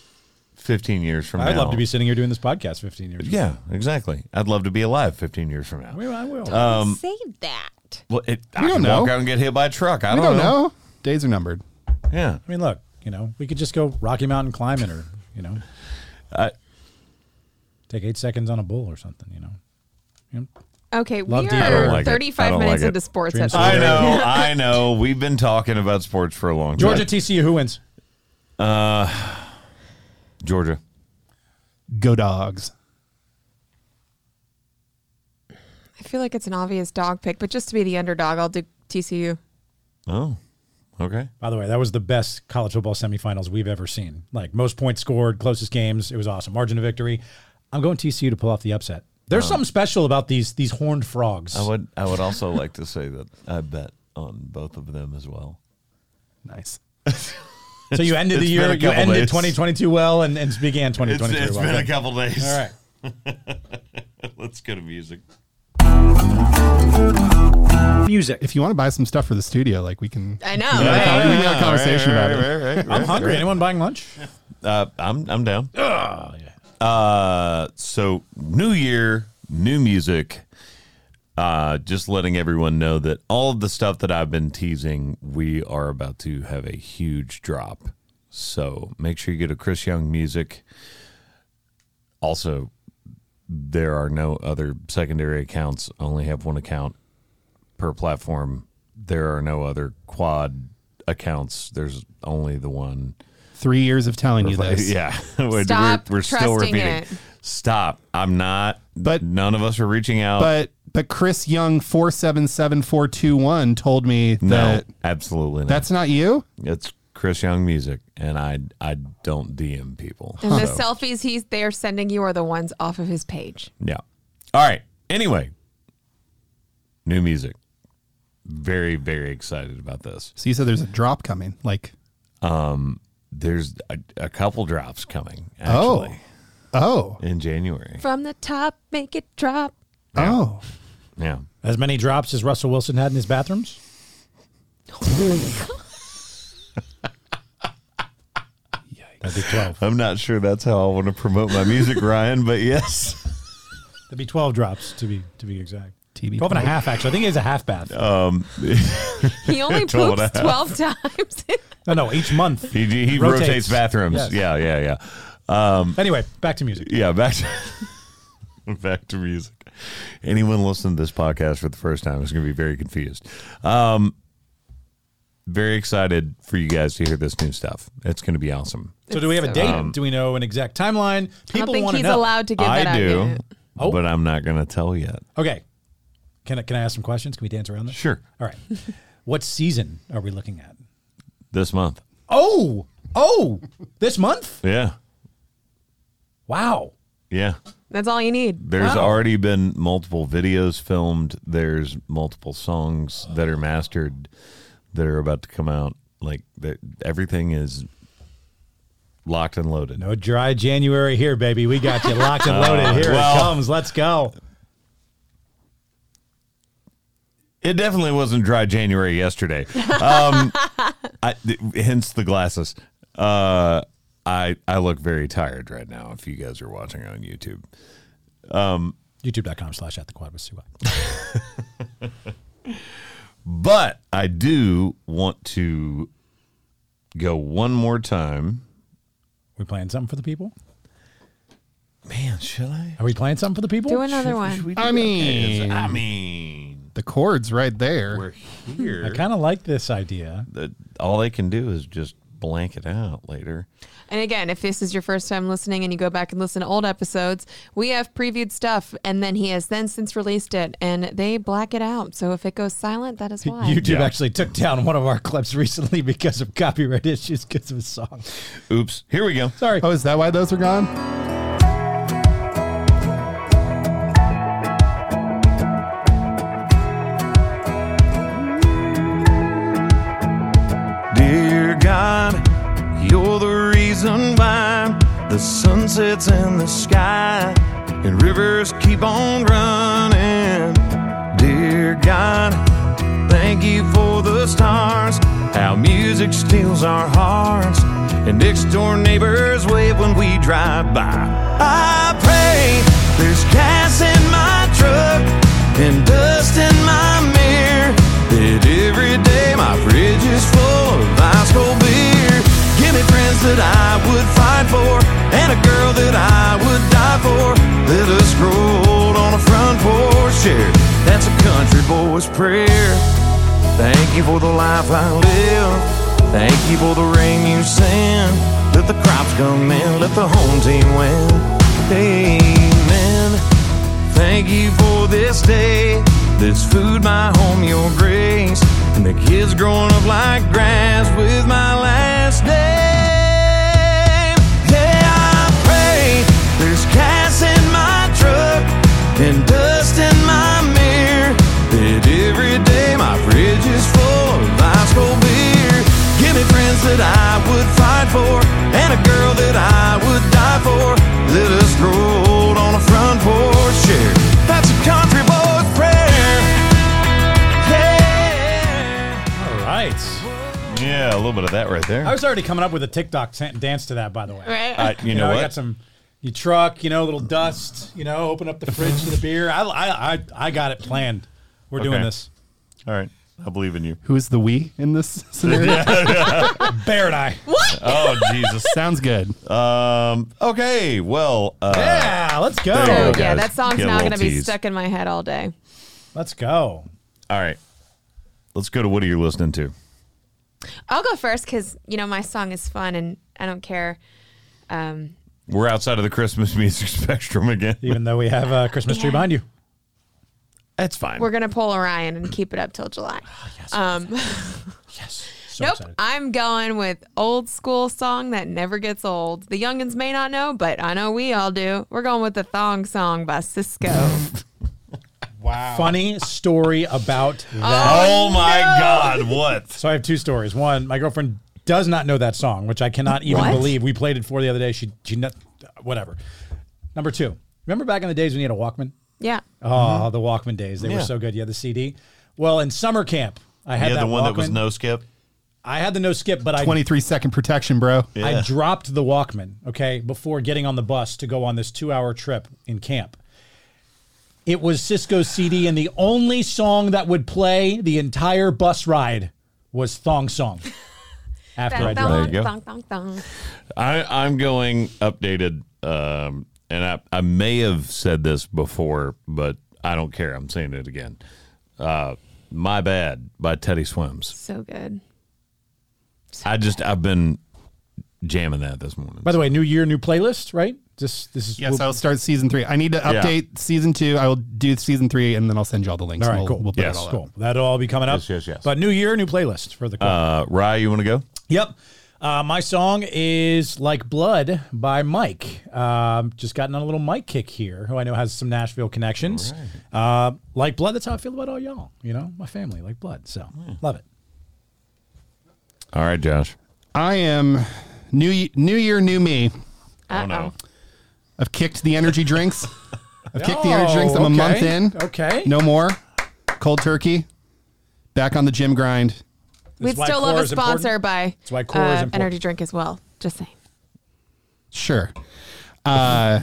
A: 15 years from now.
B: I'd love to be sitting here doing this podcast 15 years.
A: Yeah, exactly. I'd love to be alive 15 years from now.
B: Well, I will.
A: Uh, um,
C: Say that.
A: Well, it, I
D: don't
A: could walk
D: know.
A: out and get hit by a truck. I
D: I
A: don't,
D: don't know. Days are numbered.
A: Yeah.
B: I mean, look, you know, we could just go Rocky Mountain climbing or, you know, take eight seconds on a bull or something, you know. You know,
C: Okay,
B: Love
C: we
B: to hear it. I
C: are
B: don't like
A: it. I
C: 35
A: don't
C: minutes
A: like it.
C: into sports
B: Dreams
C: at
B: are
A: I
C: this
B: Later. (laughs)
A: know, I know. We've been talking about sports for a long time.
B: Georgia TCU, who wins?
A: Georgia.
D: Go dogs.
C: I feel like it's an obvious dog pick, but just to be the underdog, I'll do TCU.
A: Oh, okay.
B: By the way, that was the best college football semifinals we've ever seen. Like most points scored, closest games. It was awesome. Margin of victory. I'm going TCU to pull off the upset. There's something special about these these horned frogs.
A: Uh-huh. I would. I would also like to say that I bet on both of them as well.
D: Nice.
B: so you ended the
A: it's
B: year,
A: been a
B: you
A: couple
B: ended
A: days.
B: 2022 well, and, and began 2023 well. Okay.
A: couple days.
B: All right.
A: (laughs) Let's go to music.
B: Music.
D: If you want to buy some stuff for the studio, like we can.
C: I know.
D: We can have a
C: right?
D: con- we can have a conversation about it.
B: I'm hungry. Anyone buying lunch?
A: Uh, I'm I'm down. Uh, so new year, new music. Uh, just letting everyone know that all of the stuff that I've been teasing, we are about to have a huge drop. So make sure you go to Chris Young Music. Also, there are no other secondary accounts. Only have one account per platform. There are no other quad accounts. There's only the one.
D: Three years of telling you this.
A: Yeah, (laughs) We're-
C: Stop
A: we're, we're still
C: trusting
A: repeating.
C: it.
A: Stop. I'm not. But
D: But-
A: none of us are reaching out.
D: but but Chris Young four seven seven four two one told me
A: no,
D: that
A: absolutely not.
D: that's not you.
A: it's Chris Young music, and I I don't DM people.
C: (laughs) And the
A: So,
C: selfies he's they're sending you are the ones off of his page.
A: yeah. All right. Anyway, new music. Very, very excited about this.
D: So you said there's a drop coming. Like,
A: There's a, a couple drops coming
D: oh,
A: actually
D: oh,
A: in January.
C: From the top, make it
A: (laughs)
C: drop.
D: oh.
A: Yeah.
B: As many drops as Russell Wilson had in his bathrooms? That'd be 12.
A: I'm not sure that's how I want to promote my (laughs) music, Ryan, but yes.
B: That'd be 12 drops to be to be exact.
D: TB
B: 12 and a half, actually. I think it is a half bath.
A: Oh.
C: He only
A: Twelve and a
C: poops 12 (laughs) times.
B: no, no, each month.
A: He, he rotates.
B: Rotates.
A: bathrooms.
B: Yes.
A: Yeah, yeah, yeah.
B: Anyway, back to music.
A: yeah, back to back to (laughs) music. Anyone listening to this podcast for the first time is going to be very confused. Um, very excited for you guys to hear this new stuff. It's going to be awesome.
B: So, do we have a
C: So-
B: date? do we know an exact timeline?
C: um, I don't
B: People
C: think
B: want to
C: he's
B: know.
C: allowed to give that
A: I
C: out.
A: do,
C: yet.
B: Oh.
A: but I'm not going to tell yet.
B: Okay. Can I, can I ask some questions? Can we dance around this?
A: Sure,
B: All
C: (laughs)
B: right. what season are we looking at?
A: this month.
B: Oh, oh, this month?
A: Yeah,
B: Wow.
A: yeah.
C: That's all you need.
A: There's
B: Wow.
A: already been multiple videos filmed. There's multiple songs that are mastered that are about to come out. Like that, everything is locked and loaded.
B: No dry January here, baby. We got you locked
C: (laughs) Uh,
B: and loaded. Here
A: well.
B: it comes. Let's go.
A: It definitely wasn't dry January yesterday. Um, I, th- hence the glasses. Uh, I I look very tired right now. If you guys are watching on YouTube,
B: YouTube.com slash at the quad with Sue.
A: but I do want to go one more time.
B: We playing something for the people?
A: Man, should I?
B: Are we playing something for the people?
C: Do another
A: Should
C: one.
A: we do-
D: I
A: Okay,
D: mean,
A: I mean,
D: the chord's right there.
A: we're here. (laughs)
B: I kind of like this idea.
A: The- all they can do is just blank it out later.
C: And again, if this is your first time listening and you go back and listen to old episodes, we have previewed stuff and then he has then since released it and they black it out. So if it goes silent, that is why.
B: YouTube
A: Yeah.
B: actually took down one of our (laughs) clips recently because of copyright issues because of a song.
A: Oops. Here we go.
B: Sorry.
D: Oh, is that why those are gone?
E: Dear God, you're the reason why the sun sets in the sky and rivers keep on running. Dear God, thank you for the stars, how music steals our hearts, and next door neighbors wave when we drive by. I pray there's gas in my truck and dust in my mirror, that every day my fridge is full of ice cold beer. Give me friends that I would fight for, and a girl that I would die for. Let us roll on a front porch chair. That's a country boy's prayer. Thank you for the life I live. Thank you for the rain you send. Let the crops come in, let the home team win. Amen. Thank you for this day. This food, my home, your grace. And the kids growing up like grass with my last name. Yeah, I pray there's gas in my truck and dust in my mirror. That every day my fridge is full of ice cold beer. Give me friends that I would fight for and a girl that I would die for. Let us roll on a front porch chair. That's a country boy's prayer. Yeah.
B: All right.
A: Yeah, a little bit of that right there.
B: I was already coming up with a TikTok sa- dance to that, by the way.
C: Right?
A: (laughs) I- you, know,
B: I
A: what?
B: got some. You truck, you know, little dust, you know, open up the fridge to the beer. I, I, I, I got it planned. We're doing
A: Okay.
B: this.
A: All right. I believe in you.
D: Who's the we in
A: (laughs)
D: this scenario?
B: Bear and I.
A: Oh, Jesus. (laughs)
D: Sounds good.
A: Um. Okay. Well. Uh,
B: Yeah, let's go.
A: There
C: (laughs) So
A: you go,
C: yeah,
A: guys.
C: that song's
A: Get a
C: now
A: little
C: going to be
A: tease.
C: stuck in my head all day.
B: Let's go.
A: All right. Let's go to what are you listening to?
C: I'll go first because you know my song is fun and I don't care. Um,
A: We're outside of the Christmas music (laughs) spectrum again.
B: Even though we have a Christmas tree behind you.
A: That's fine.
C: we're gonna pull Orion and keep it up till
A: (sighs)
C: July. um,
B: Yes. So
C: nope,
B: excited.
C: I'm going with old school song that never gets old. The
A: (laughs)
C: youngins may not know, but I know we all do. We're going with the thong song by Cisco.
B: funny story about
C: Uh.
B: that.
A: Oh, my God! What?
B: So I have two stories. One, my girlfriend does not know that song, which I cannot even
C: What?
B: believe. We played it for the other day. She, she, not, whatever. Number two, remember back in the days when you had a Walkman?
C: Yeah.
B: Oh, the Walkman days. They
A: Mm-hmm. Yeah.
B: were so good. You had the CD. Well, in summer camp, I had
A: Yeah,
B: that
A: the one
B: Walkman.
A: that was no skip.
B: I had the no skip, but I
D: 23 second protection, bro.
A: Yeah.
B: I dropped the Walkman, okay, before getting on the bus to go on this two hour trip in camp. It was Cisco's CD, and the only song that would play the entire bus ride was Thong Song. After I
C: Dun,
B: dropped
A: There
C: dun,
A: you go.
C: dun, dun, dun.
A: I, I'm going updated, um, and I, I may have said this before, but I don't care. I'm saying it again. Uh, My Bad by Teddy Swims.
C: So good.
A: I just, I've been jamming that this morning.
B: By the way, new year, new playlist, right? Just this is
D: Yes, I'll start season three. I need to update season two. I will do season three, and then I'll send you all the links.
B: all right,
D: we'll,
B: cool.
D: We'll put
A: Yes.
D: it all up.
B: cool. That'll all be coming up.
A: Yes, yes, yes.
B: But new year, new playlist for the club.
A: uh, Rye, you want to go?
B: Yep. Uh, my song is Like Blood by Mike. Um, just gotten on a little Mike kick here, who I know has some Nashville connections. Uh, like Blood, that's how I feel about all y'all. You know, my family, like Blood. So,
D: Hmm.
B: love it.
A: All right, Josh.
D: I am new. Ye- New year, new me.
C: Uh-oh.
A: no.
D: I've kicked the energy
A: (laughs)
D: drinks. I've kicked the energy drinks. I'm
B: Oh,
D: a
B: okay.
D: month in.
B: Okay.
D: No more. Cold turkey. Back on the gym grind.
C: We'd
B: That's why
C: still love
B: core
C: a
B: is
C: sponsor
B: important.
C: by uh,
B: That's why core is important.
C: energy drink as well. Just saying.
D: Sure. Uh,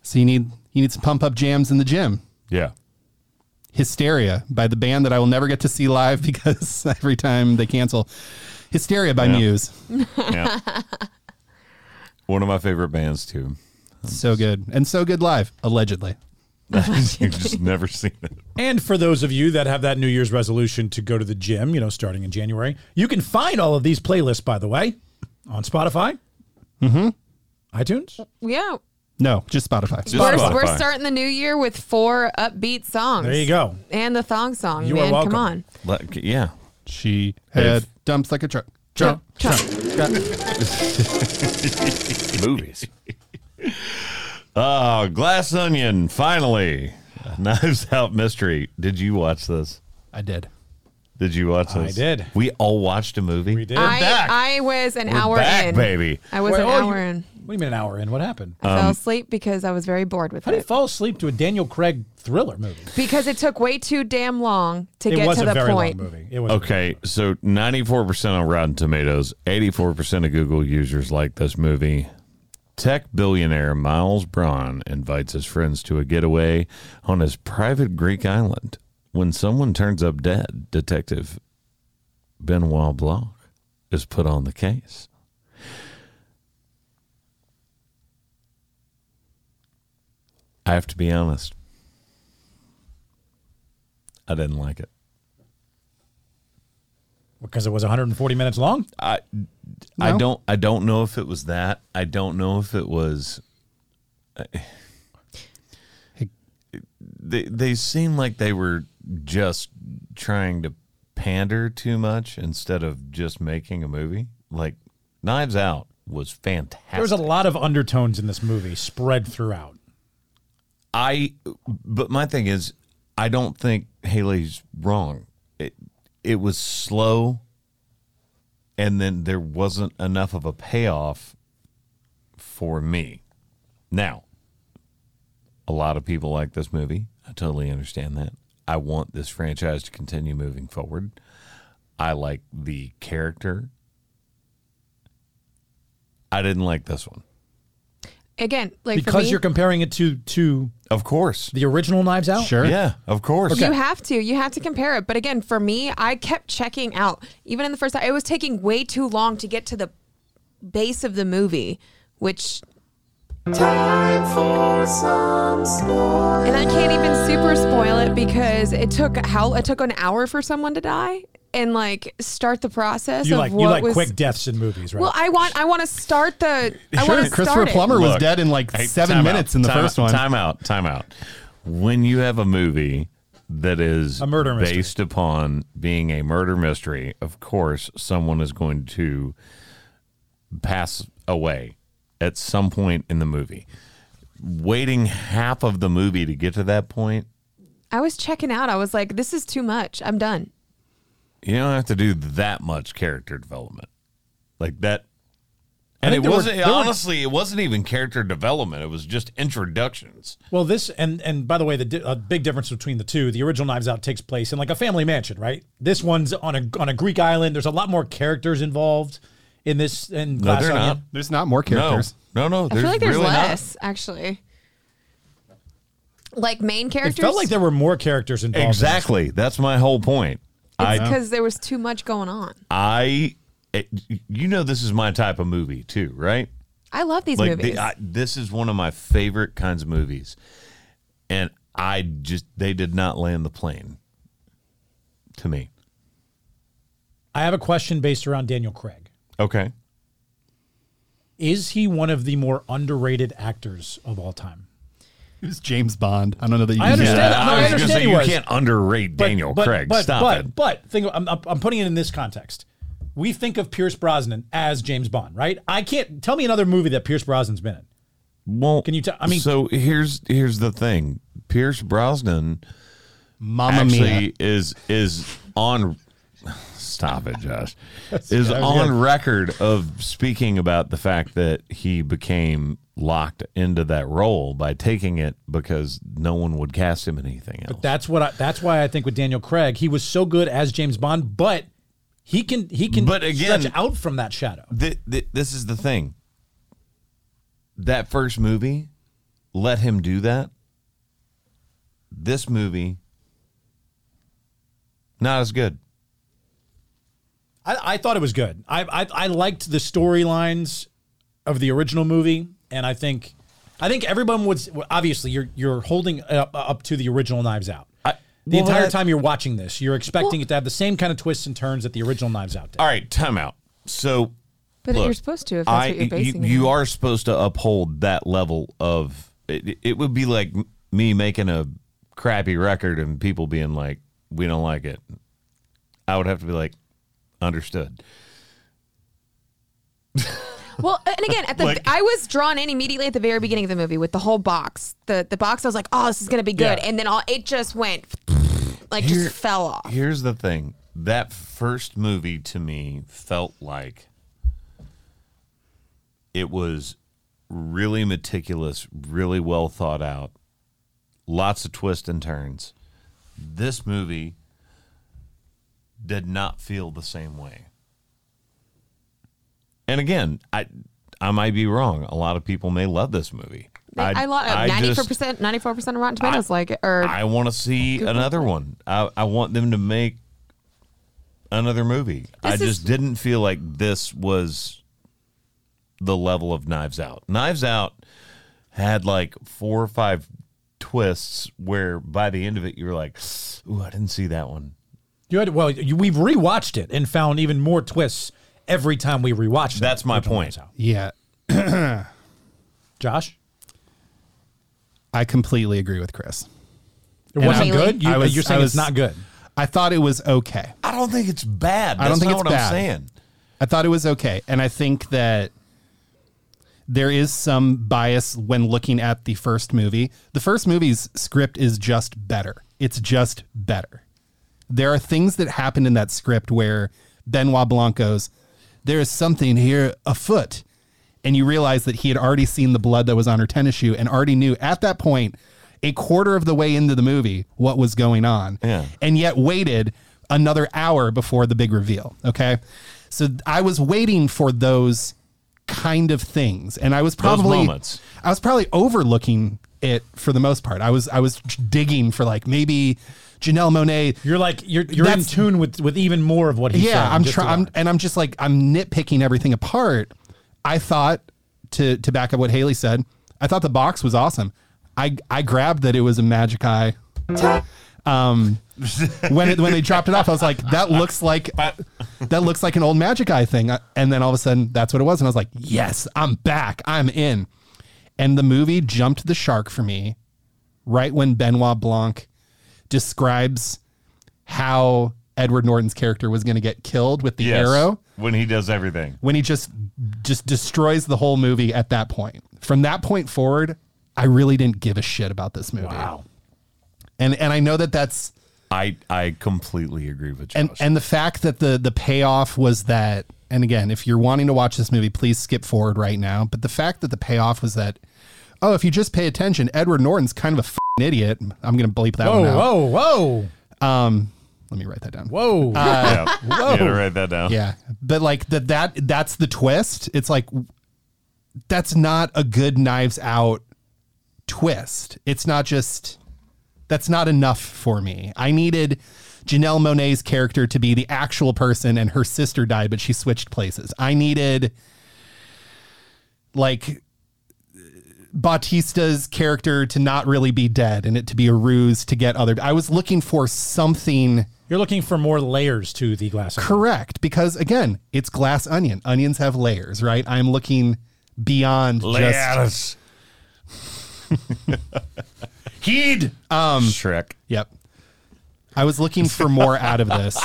D: so you need you need some pump up jams in the gym.
A: Yeah.
D: Hysteria by the band that I will never get to see live (laughs) because every time they cancel. Hysteria by Muse.
A: yeah. One of my favorite bands, too. (laughs)
D: So good. And so good live, allegedly.
A: You've just never seen it.
B: And for those of you that have that New Year's resolution to go to the gym, you know, starting in January, you can find all of these playlists, by the way, on Spotify, mm-hmm. iTunes.
C: Yeah.
D: No, just Spotify.
A: Just
C: We're,
A: Spotify.
C: we're starting the new year with four upbeat songs.
B: There you go.
C: And the thong song,
B: You are
C: man.
B: welcome.
C: Come on.
A: Like, yeah.
D: she had dumps like a truck. Truck.
C: Chuck.
A: movies. Oh, Glass Onion, finally. Knives Out Mystery. Did you watch this?
D: I did.
A: Did you watch
B: I
A: this?
B: did.
A: We all watched a movie.
B: We did.
A: We're
C: I,
A: back.
C: I was an
A: We're
C: hour
A: back,
C: in.
A: baby. Um,
C: I was
B: Wait,
C: an
B: oh,
C: hour
B: you-
C: in.
B: What do you mean an hour in? What happened?
C: I fell asleep because I was very bored with
B: How do you
C: it.
B: fall asleep to a Daniel Craig thriller movie?
C: Because it took way too damn long to
B: it
C: get
B: was
C: to
B: a
C: the
B: very
C: point.
B: long movie. It was
A: Okay, so 94% on Rotten Tomatoes, 84% of Google users like this movie. Tech billionaire Miles Braun invites his friends to a getaway on his private Greek island when someone turns up dead. Detective Benoit Blanc is put on the case. I have to be honest. I didn't like it.
B: because it was 140 minutes long.
A: I
D: No?
A: don't I don't know if it was that. I don't know if it was they they seem like they were just trying to pander too much instead of just making a movie. Like Knives Out was fantastic.
B: There was a lot of undertones in this movie spread throughout.
A: I but my thing is I don't think Haley's wrong. It it was slow and then there wasn't enough of a payoff for me. Now, a lot of people like this movie. I totally understand that. I want this franchise to continue moving forward. I like the character. I didn't like this one.
C: Again, like for
B: Because
C: me,
B: you're comparing it to to
A: Of course.
B: the original Knives Out.
D: Sure.
A: Yeah, of course.
C: You have to. You have to compare it. But again, for me, I kept checking out. Even in the first, it was taking way too long to get to the base of the movie, which. And I can't even super spoil it because it took how it took an hour for someone to die and like start the process
B: You
C: of
B: like
C: what
B: you like
C: was.
B: quick deaths in movies, right?
C: well, I want I want to start the. I
D: Sure.
C: want to
D: Christopher
C: start it.
D: Plummer was
A: Look,
D: dead in like
A: Hey,
D: seven
A: time
D: minutes
A: out,
D: in the
A: time
D: first
A: out,
D: one.
A: Time out, time out. When you have a movie that is
B: A murder mystery.
A: based upon being a murder mystery, of course, someone is going to pass away at some point in the movie. Waiting half of the movie to get to that point
C: I was checking out. I was like, this is too much. I'm done.
A: You don't have to do that much character development, like that. And it
B: think there were-
A: wasn't
B: there were-
A: honestly, it wasn't even character development. It was just introductions.
B: Well, this and and by the way, the di- a big difference between the two. The original Knives Out takes place in like a family mansion, right? This one's on a on a Greek island. There's a lot more characters involved in this. In
A: No,
B: Glass
A: they're
B: Onion.
A: not.
D: There's not more characters.
A: No, no, no.
C: I feel like there's
A: really not.
C: less, actually. Like main
B: It
C: characters.
B: felt like there were more characters involved. in this.
A: Exactly. That's my whole point. I
C: because there was too much going on.
A: I it, you know this is my type of movie too, right?
C: I love these
A: Like
C: movies.
A: the, I, this is one of my favorite kinds of movies, and I just they did not land the plane to me.
B: I have a question based around Daniel Craig.
A: Okay,
B: Is he one of the more underrated actors of all time?
D: Who's James Bond? I don't know that you
B: I
D: can do
B: understand that.
D: that.
B: No, I
A: was gonna
B: understand
A: say,
B: he
A: you
B: was.
A: can't underrate
B: But-
A: Daniel
B: but-
A: Craig.
B: But,
A: Stop
B: but,
A: it.
B: But think I'm, I'm I'm putting it in this context. We think of Pierce Brosnan as James Bond, right? I can't tell me another movie that Pierce Brosnan's been in.
A: Well,
B: Can you tell- I mean-
A: so here's here's the thing: Pierce Brosnan
D: Mamma
A: actually
D: Mia.
A: is is on. Stop it, Josh.
D: was
A: is on
D: good.
A: record of speaking about the fact that he became locked into that role by taking it because no one would cast him in anything else.
B: That's what I, that's why I think with Daniel Craig, he was so good as James Bond, but he can he can
A: But again-
B: stretch out from that shadow.
A: Th- th- this is the thing. That first movie, let him do that. This movie, not as good.
B: I, I thought it was good. I I, I liked the storylines of the original movie, and I think I think everyone would obviously you're you're holding up, up to the original Knives Out.
A: I-
B: the
A: well,
B: entire
A: that-
B: time you're watching this, you're expecting it to have the same kind of twists and turns that the original Knives Out did.
A: All right, time out. So,
C: but
A: look,
C: you're supposed to if that's
A: I
C: what you're basing
A: you,
C: it
A: you
C: on.
A: are supposed to uphold that level of. It, it would be like m- me making a crappy record and people being like, "We don't like it." I would have to be like, "Understood."
C: Well, and again, at the
A: Like-
C: I was drawn in immediately at the very beginning of the movie with the whole box. The the box I was like, "Oh, this is going to be good."
B: Yeah.
C: And then all it just went like
A: Here-
C: just fell off.
A: Here's the thing. That first movie to me felt like it was really meticulous, really well thought out, lots of twists and turns. This movie did not feel the same way. And again, I I might be wrong. A lot of people may love this movie.
C: I, lot
A: I just-
C: ninety four percent, ninety four percent of Rotten Tomatoes like it. Or
A: I want to see another one. I, I want them to make another movie. I
C: This
A: just
C: is-
A: didn't feel like this was the level of Knives Out. Knives Out had like four or five twists where by the end of it you were like, "Ooh, I didn't see that one."
B: You had, well, you, we've rewatched it and found even more twists every time we rewatched. it.
A: That's my
B: Original
A: point.
B: Knives Out.
D: Yeah.
B: Josh.
D: I completely agree with Chris.
B: It wasn't
C: I-
B: good. You,
D: I was-
B: you're saying
D: I
B: it's
D: was-
B: not good.
D: I thought it was okay.
A: I don't think it's bad. That's
D: I don't think
A: not
D: it's
A: what
D: bad.
A: I'm saying.
D: I thought it was okay. And I think that there is some bias when looking at the first movie. The first movie's script is just better. It's just better. There are things that happened in that script where Benoit Blanc goes, There is something here afoot. And you realize that he had already seen the blood that was on her tennis shoe and already knew at that point, a quarter of the way into the movie, what was going on.
A: Yeah.
D: And yet waited another hour before the big reveal. Okay. So I was waiting for those kind of things. And I was probably
A: moments.
D: I was probably overlooking it for the most part. I was I was digging for like maybe Janelle Monet.
B: You're like you're you're in
D: That's-
B: tune with with even more of what he's saying.
D: Yeah, I'm
B: just a lot.
D: trying, and I'm just like I'm nitpicking everything apart. I thought to to back up what Haley said. I thought the box was awesome. I I grabbed that it was a magic eye. Um, when it, when they dropped it off, I was like, that looks like that looks like an old magic eye thing. Uh, And then all of a sudden, that's what it was, and I was like, yes, I'm back, I'm in. And the movie jumped the shark for me right when Benoit Blanc describes how Edward Norton's character was going to get killed with the
A: Yes,
D: arrow
A: when he does everything.
D: when he just just destroys the whole movie at that point. From that point forward, I really didn't give a shit about this movie.
B: Wow.
D: And and I know that that's
A: I I completely agree with Josh.
D: and and the fact that the the payoff was that and again if you're wanting to watch this movie please skip forward right now but the fact that the payoff was that oh if you just pay attention edward norton's kind of a f***ing idiot i'm gonna bleep that
B: Whoa,
D: one out
B: whoa, Oh, whoa,
D: um let me write that down
B: whoa.
A: yeah. You gotta write that down.
D: yeah but like that that that's the twist it's like that's not a good knives out twist it's not just that's not enough for me i needed janelle monet's character to be the actual person and her sister died but she switched places i needed like Bautista's character to not really be dead and it to be a ruse to get other. I was looking for something
B: You're looking for more layers to the glass. onion.
D: Correct, because again, it's glass onion. Onions have layers, right? I'm looking beyond just
B: (laughs)
A: Yes. Heed. Um. Shrek.
D: yep. I was looking for more out of
A: (laughs)
D: this,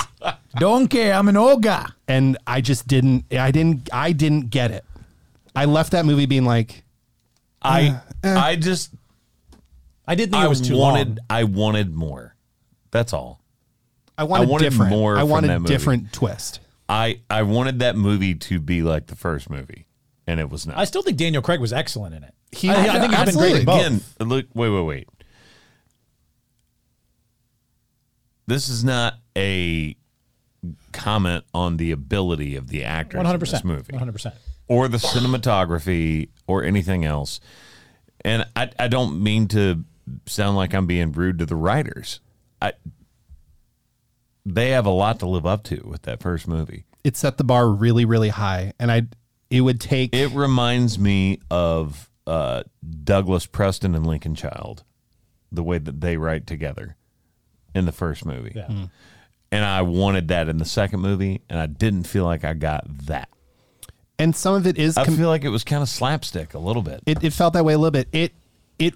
B: Don't care. I'm an old guy.
D: and I just didn't. I didn't. I didn't get it. I left that movie being like,
A: I I just
B: Uh, I didn't think
A: I
B: it was too
A: wanted
B: long.
A: I wanted more. That's all.
D: I wanted,
A: wanted
D: different.
A: more
D: I
A: from
D: wanted
A: that movie.
D: different twist.
A: I I wanted that movie to be like the first movie, and it was not.
B: I still think Daniel Craig was excellent in it.
D: He-
B: I, I think he's been great
D: Absolutely.
B: in both.
A: Again, look, wait, wait, wait. This is not a comment on the ability of the actors in
B: 100%.
A: this movie,
B: 100%.
A: or the cinematography, or anything else. And I, I don't mean to sound like I'm being rude to the writers. I, they have a lot to live up to with that first movie.
D: It set the bar really, really high, and I. It would take.
A: It reminds me of uh, Douglas Preston and Lincoln Child, the way that they write together in the first movie.
B: Yeah.
A: And I wanted that in the second movie, and I didn't feel like I got that.
D: and some of it is.
A: I
D: com-
A: feel like it was kind of slapstick a little bit.
D: it, it felt that way a little bit. It it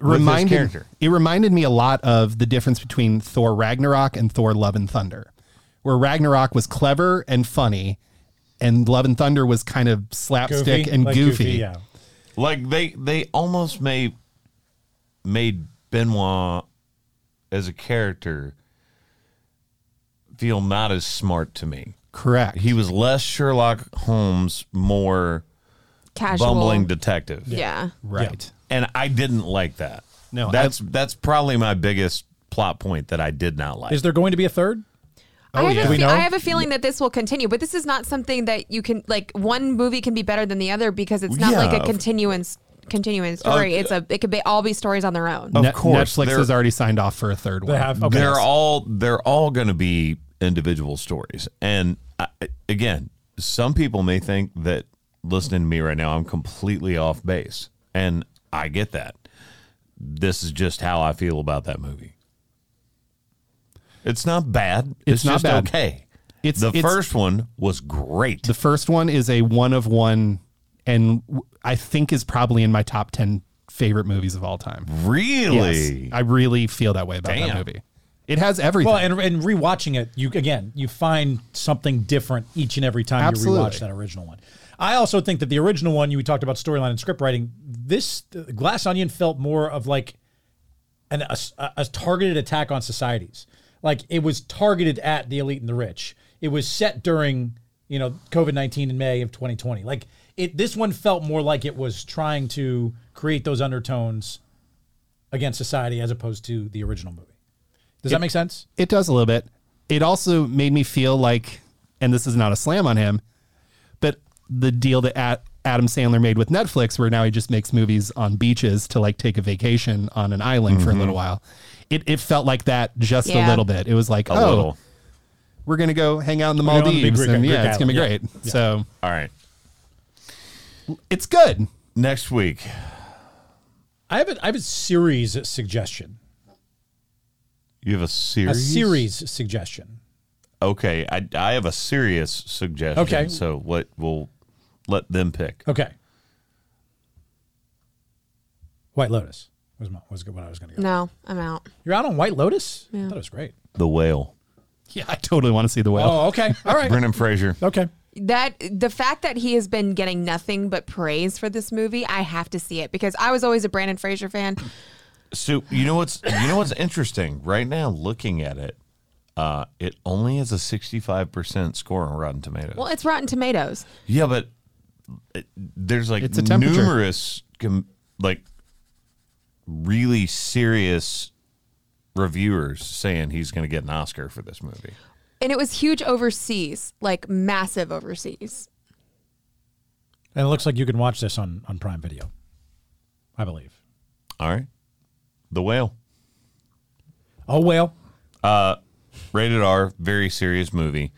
A: his
D: reminded
A: character.
D: it reminded me a lot of the difference between Thor Ragnarok and Thor Love and Thunder, where Ragnarok was clever and funny, and Love and Thunder was kind of slapstick and
B: like
D: goofy.
B: yeah.
A: like they they almost made made Benoit as a character feel not as smart to me.
D: Correct.
A: He was less Sherlock Holmes, more
C: Casual.
A: bumbling detective.
C: yeah.
D: right.
A: and I didn't like that.
D: No,
A: that's that's probably my biggest plot point that I did not like.
B: Is there going to be a third?
C: I, have
D: yeah.
C: a
D: Do we
C: fe-
D: know?
C: I have a feeling that this will continue, but this is not something that you can like. One movie can be better than the other because it's not
A: Yeah,
C: like a
A: of-
C: continuance continuing story. it's a it could be all be stories on their own.
A: of
D: Ne-
A: course,
D: Netflix
A: they're-
D: has already signed off for a third one.
B: They have. Okay.
A: they're all they're all going to be individual stories, and I, again, some people may think that listening to me right now, I'm completely off base, and I get that. This is just how I feel about that movie. It's not bad. It's,
D: not
A: just
D: bad.
A: okay.
D: It's-
A: the
D: it's-
A: first one was great.
D: The first one is a one of one, and w- I think is probably in my top ten favorite movies of all time.
A: really,
D: Yes, I really feel that way about that
A: Damn.
D: movie. It has everything.
B: Well, and, and rewatching it, you again, you find something different each and every time you
D: Absolutely.
B: rewatch that original one. I also think that the original one, you talked about storyline and script writing. This uh, Glass Onion felt more of like an, a, a targeted attack on societies. Like it was targeted at the elite and the rich. It was set during you know COVID nineteen in May of 2020. Like it, this one felt more like it was trying to create those undertones against society as opposed to the original movie. Does that make sense?
D: It does a little bit. It also made me feel like, and this is not a slam on him, but the deal that Ad- Adam Sandler made with Netflix, where now he just makes movies on beaches to like take a vacation on an island for a
B: Mm-hmm.
D: little while. It, it felt like that just
C: Yeah.
D: a little bit. It was like,
A: a
D: oh,
A: little.
D: we're going to go hang out in the
B: gonna go on the big
D: Maldives.
B: Greek-
D: and
B: Greek
D: yeah, it's going to be
B: island.
D: great. So
A: All right.
D: it's good. (laughs)
A: Next week,
B: I have a, I have a series suggestion.
A: you have a series.
B: A series suggestion.
A: Okay, I, I have a serious suggestion.
B: Okay.
A: so what we'll let them pick.
B: Okay. White Lotus was my, was what I was going to go.
C: No, I'm out.
B: You're out on White Lotus. Yeah. That was great.
A: The whale,
D: Yeah, I totally want to see the whale.
B: Oh, okay. All right.
A: Brendan Fraser.
B: Okay.
C: That the fact that he has been getting nothing but praise for this movie, I have to see it because I was always a Brandon Fraser fan.
A: So you know what's you know what's interesting right now? Looking at it, uh, it only has a sixty-five percent score on Rotten Tomatoes.
C: Well, it's Rotten Tomatoes.
A: Yeah, but it, there's like
D: It's a temperature.
A: numerous com- like really serious reviewers saying he's going to get an Oscar for this movie.
C: And it was huge overseas, like massive overseas.
B: And it looks like you can watch this on, on Prime Video, I believe.
A: All right, The Whale,
B: Oh, well.
A: rated R, very serious movie.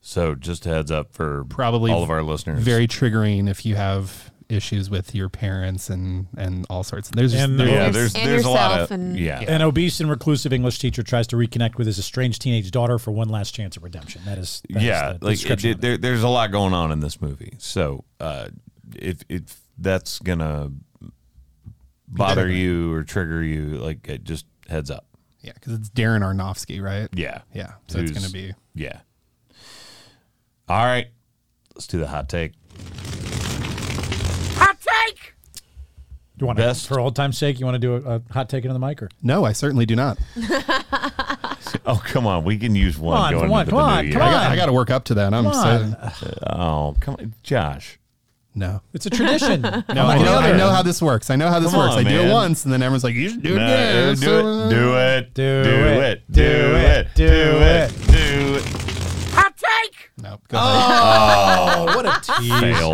A: So just a heads up for
D: Probably
A: all of our
B: Oh.
A: listeners.
D: Very triggering if you have issues with your parents and and all sorts. There's just,
B: And-
D: there-
A: yeah.
C: And
A: There's
C: yourself
A: there's a lot of
C: and-
A: yeah.
B: An obese and reclusive English teacher tries to reconnect with his estranged teenage daughter for one last chance at redemption. That is, that is
A: yeah,
B: the
A: like it,
B: description
A: it-
B: of it.
A: there, there's a lot going on in this movie. So uh, if if that's gonna bother you or trigger you, like it just heads up.
D: yeah, because it's Darren Aronofsky, right?
A: Yeah,
D: yeah. So it's
A: Who's-
D: gonna be
A: yeah. All right, let's do the hot take.
B: you want to,
A: best-
B: for old time's sake, you want to do a, a hot take into the mic or
D: no. I certainly do not.
A: Oh come on, we can use one.
B: Come on,
A: going
B: come on,
A: into the
B: come on,
A: new
B: come
A: year.
B: on.
D: I got to work up to that. I'm
B: on.
D: so
A: Oh come on, Josh.
D: no.
B: it's a tradition. no,
D: No, I know, I know how this works. I know how this
A: Come
D: works.
A: on,
D: I do
A: man.
D: it once, and then everyone's like, "You should do it
A: Nah,
D: again." uh,
A: do, it, do it,
B: Do
A: do
B: it,
A: it,
B: do
A: do
B: it,
A: it,
B: do
A: do it, do it.
D: No, go ahead.
A: Oh,
C: Oh,
B: what (laughs) a tease!
A: Fail.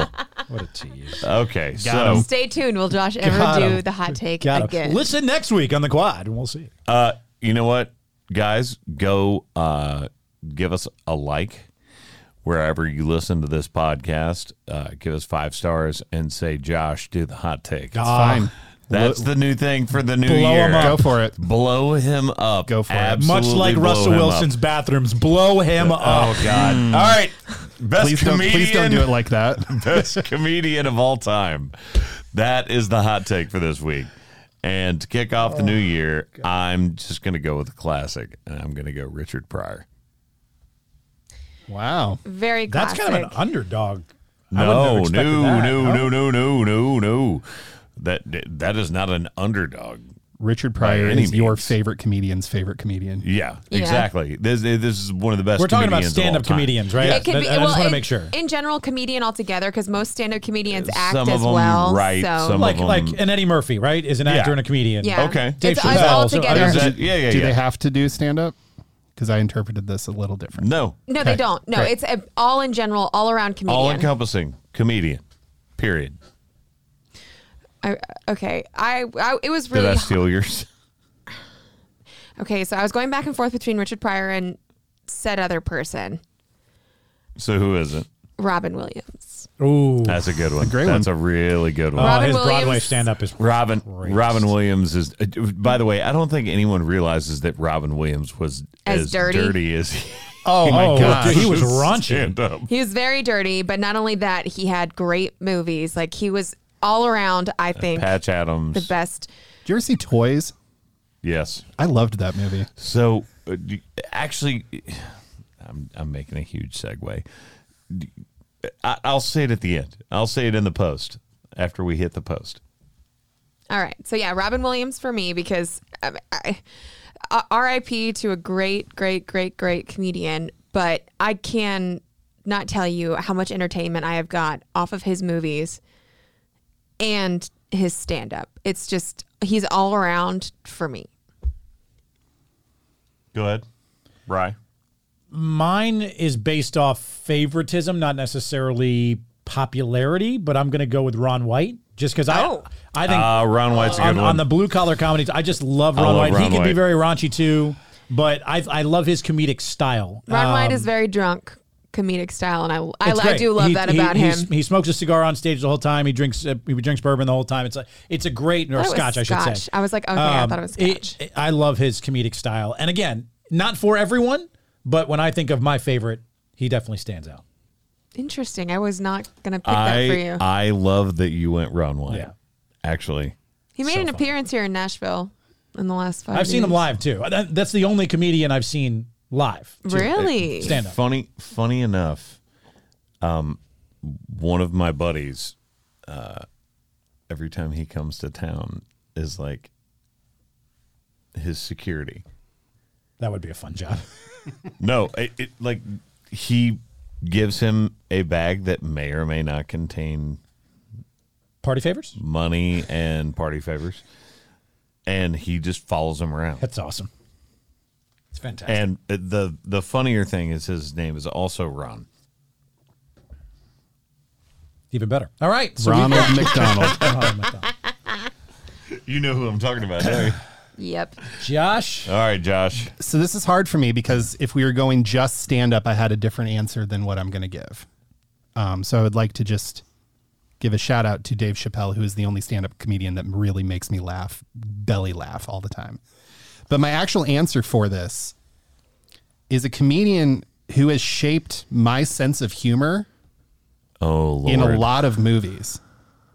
B: what a tease!
A: (laughs) Okay,
D: Got
A: so
C: Stay tuned. Will Josh ever
B: Got
C: do
B: 'em.
C: the hot take
B: Got
C: again?
B: it. Listen next week on the quad, and we'll see.
A: Uh, you know what, guys, go uh, give us a like wherever you listen to this podcast. Uh, give us five stars and say, Josh, do the hot take.
B: Ah,
D: Fine.
A: That's the new thing for the new
B: Blow
A: year.
B: him
D: Go for it.
A: Blow him up.
D: Go for it.
B: Much
A: Absolutely
B: like
A: blow him
B: Russell
A: up.
B: Wilson's uh, Mm. bathrooms, blow him up.
A: Oh God! All right,
C: Mm.
A: best
D: (laughs) Please don't,
A: comedian.
D: please don't do it
A: (laughs)
D: like that.
A: best comedian of all time. That is the hot take for this week. And to kick off
B: Oh,
A: the new year, I'm just going to go with a classic, and I'm going to go Richard Pryor.
D: Wow.
C: Very
B: That's
C: classic.
B: kind of an underdog. I wouldn't have
A: No, no,
B: expected that.
A: no, no, no, no, no, no. That that is not an underdog.
D: Richard Pryor
A: any
D: is your
A: means.
D: favorite comedian's favorite comedian.
A: Yeah,
C: Yeah.
A: exactly. This this is one of the best.
B: We're talking about
A: comedians of all
B: stand-up
A: time.
B: comedians, right?
C: It could
B: I,
C: be.
B: I
C: well,
B: just want
C: in-
B: to make sure.
C: In general, comedian altogether, because most stand-up comedians act
A: Some of
C: as
A: them
C: well.
A: write,
C: so
A: some
B: like
A: of
B: like
A: them-
B: an Eddie Murphy, right? Is an actor
A: Yeah.
B: and a comedian.
C: yeah,
A: Okay.
C: it's,
B: Dave
C: it's
B: Chappelle,
C: all
B: so
C: together.
B: others
A: Is that- yeah, yeah,
D: do
A: yeah.
D: they have to do stand up? Because I interpreted this a little different.
A: no,
C: no, they
D: Okay,
C: don't. No,
D: great.
C: it's a, all in general, all around comedian.
A: all encompassing comedian. Period.
C: I, okay, I, I it was
A: Did
C: really
A: I steal yours? (laughs)
C: okay. So I was going back and forth between Richard Pryor and said other person,
A: So who is it?
C: Robin Williams.
B: Ooh.
A: That's a good one.
D: great
A: That's
D: one.
A: a really good one.
B: Oh,
C: Robin
B: his Broadway
C: Williams.
B: stand-up is
A: Robin
B: Christ.
A: Robin Williams is. uh, by the way, I don't think anyone realizes that Robin Williams was
C: As
A: as,
C: dirty.
A: dirty. as he. (laughs)
D: Oh,
B: Oh,
D: my
B: dude,
D: god.
B: he was raunchy.
A: Stand up.
C: He was very dirty, but not only that, he had great movies. Like he was all around. I think
A: Patch Adams.
C: the best.
D: Did you ever see Toys?
A: Yes.
D: I loved that movie.
A: So, uh, d- actually, I'm I'm making a huge segue. D- I, will say it at the end. I'll say it in the post after we hit the post.
C: All right. So yeah, Robin Williams for me because um, I, uh, R.I.P. to a great, great, great, great comedian, but I can not tell you how much entertainment I have got off of his movies and his stand-up. It's just he's all around for me.
A: Go ahead, Rye.
B: Mine is based off favoritism, not necessarily popularity, but I'm going to go with Ron White just because
C: Oh.
B: I I think
A: Uh, Ron White's a good
B: on,
A: one.
B: on the blue collar comedies, I just love Ron
A: love
B: White. he
A: Ron
B: can be
A: White.
B: very raunchy too, but I I love his comedic style.
C: Ron
B: Um,
C: White is very drunk comedic style, and I
B: It's
C: I, I
B: great.
C: do love
B: He-
C: that
B: he-
C: about
B: he
C: him.
B: s- He smokes a cigar on stage the whole time. He drinks uh, he drinks bourbon the whole time. It's a it's a great or
C: I thought it was
B: scotch, I should
C: Scotch.
B: say.
C: I was like, okay, I
B: Um,
C: thought it was
B: it-
C: Scotch.
B: I love his comedic style, and again, not for everyone, but when I think of my favorite, he definitely stands out.
C: Interesting. I was not gonna pick that for
A: I
C: you.
A: I love that you went Ron White.
B: Yeah.
A: Actually,
C: he made
B: so
C: an
B: fun.
C: appearance here in Nashville in the last five.
B: I've seen him
C: years.
B: live too. Uh, That- that's the only comedian I've seen live. too.
C: Really?
B: Stand up.
A: Funny, funny enough, um, one of my buddies, uh, every time he comes to town, is like, his security.
B: That would be a fun job. (laughs)
A: No, it, it like he gives him a bag that may or may not contain
B: Party favors?
A: money and party favors, and he just follows him around.
B: That's awesome. It's fantastic.
A: And the the funnier thing is his name is also Ron.
B: Even better. All right. So (laughs) we-
A: (laughs)
B: Oh,
D: Ronald McDonald.
B: Ronald McDonald.
A: You know who I'm talking about, don't you?
C: Yep.
B: Josh.
A: All right, Josh.
D: So this is hard for me because if we were going just stand up, I had a different answer than what I'm going to give. Um, so I would like to just give a shout out to Dave Chappelle, who is the only stand up comedian that really makes me laugh, belly laugh all the time. But my actual answer for this is a comedian who has shaped my sense of humor
A: Oh Lord.
D: in a lot of movies.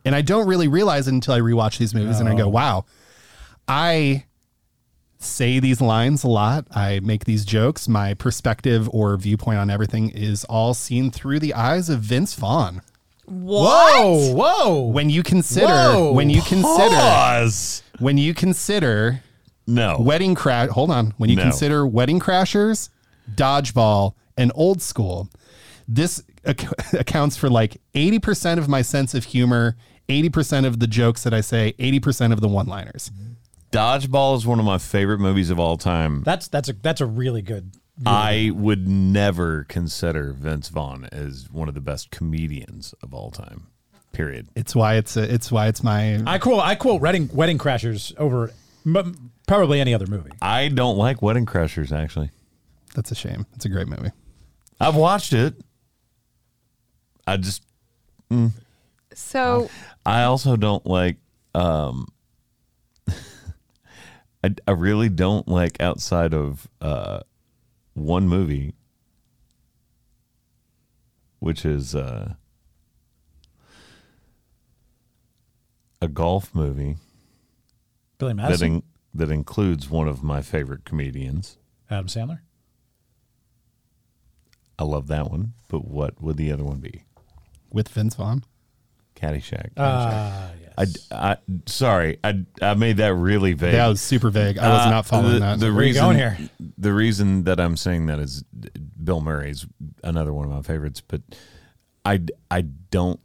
D: And I don't really realize it until I rewatch these movies and I
A: Oh.
D: go, wow, I say these lines a lot. I make these jokes. My perspective or viewpoint on everything is all seen through the eyes of Vince Vaughn.
B: Whoa. Whoa.
D: When you consider,
B: Whoa,
D: when you consider,
A: Pause.
D: when you consider
A: No.
D: Wedding Crash, hold on, when you
A: No.
D: consider Wedding Crashers, Dodgeball, and Old School, this ac- (laughs) accounts for like 80% of my sense of humor, 80% of the jokes that I say, 80% of the one liners.
A: Dodgeball is one of my favorite movies of all time.
B: That's that's a that's a really good.
A: I would never consider Vince Vaughn as one of the best comedians of all time. Period.
D: It's why it's a, it's why it's my
B: I quote I quote Wedding Wedding Crashers over m- probably any other movie.
A: I don't like Wedding Crashers actually.
D: that's a shame. It's a great movie.
A: I've watched it. I just
C: So
A: I also don't like um (laughs) I, I really don't like outside of uh one movie which is uh a golf movie
B: Billy
A: that
B: Madison,
A: in, that includes one of my favorite comedians.
B: Adam Sandler.
A: I love that one, but what would the other one be?
D: With Vince Vaughn.
A: Caddyshack.
B: Uh, yes.
A: I, I, sorry, I, I made that really vague.
D: That was super vague. I was
A: Uh,
D: not following
A: the,
D: that.
A: The
B: Where you
A: reason,
B: going here?
A: The reason that I'm saying that is Bill Murray's another one of my favorites, but I, I don't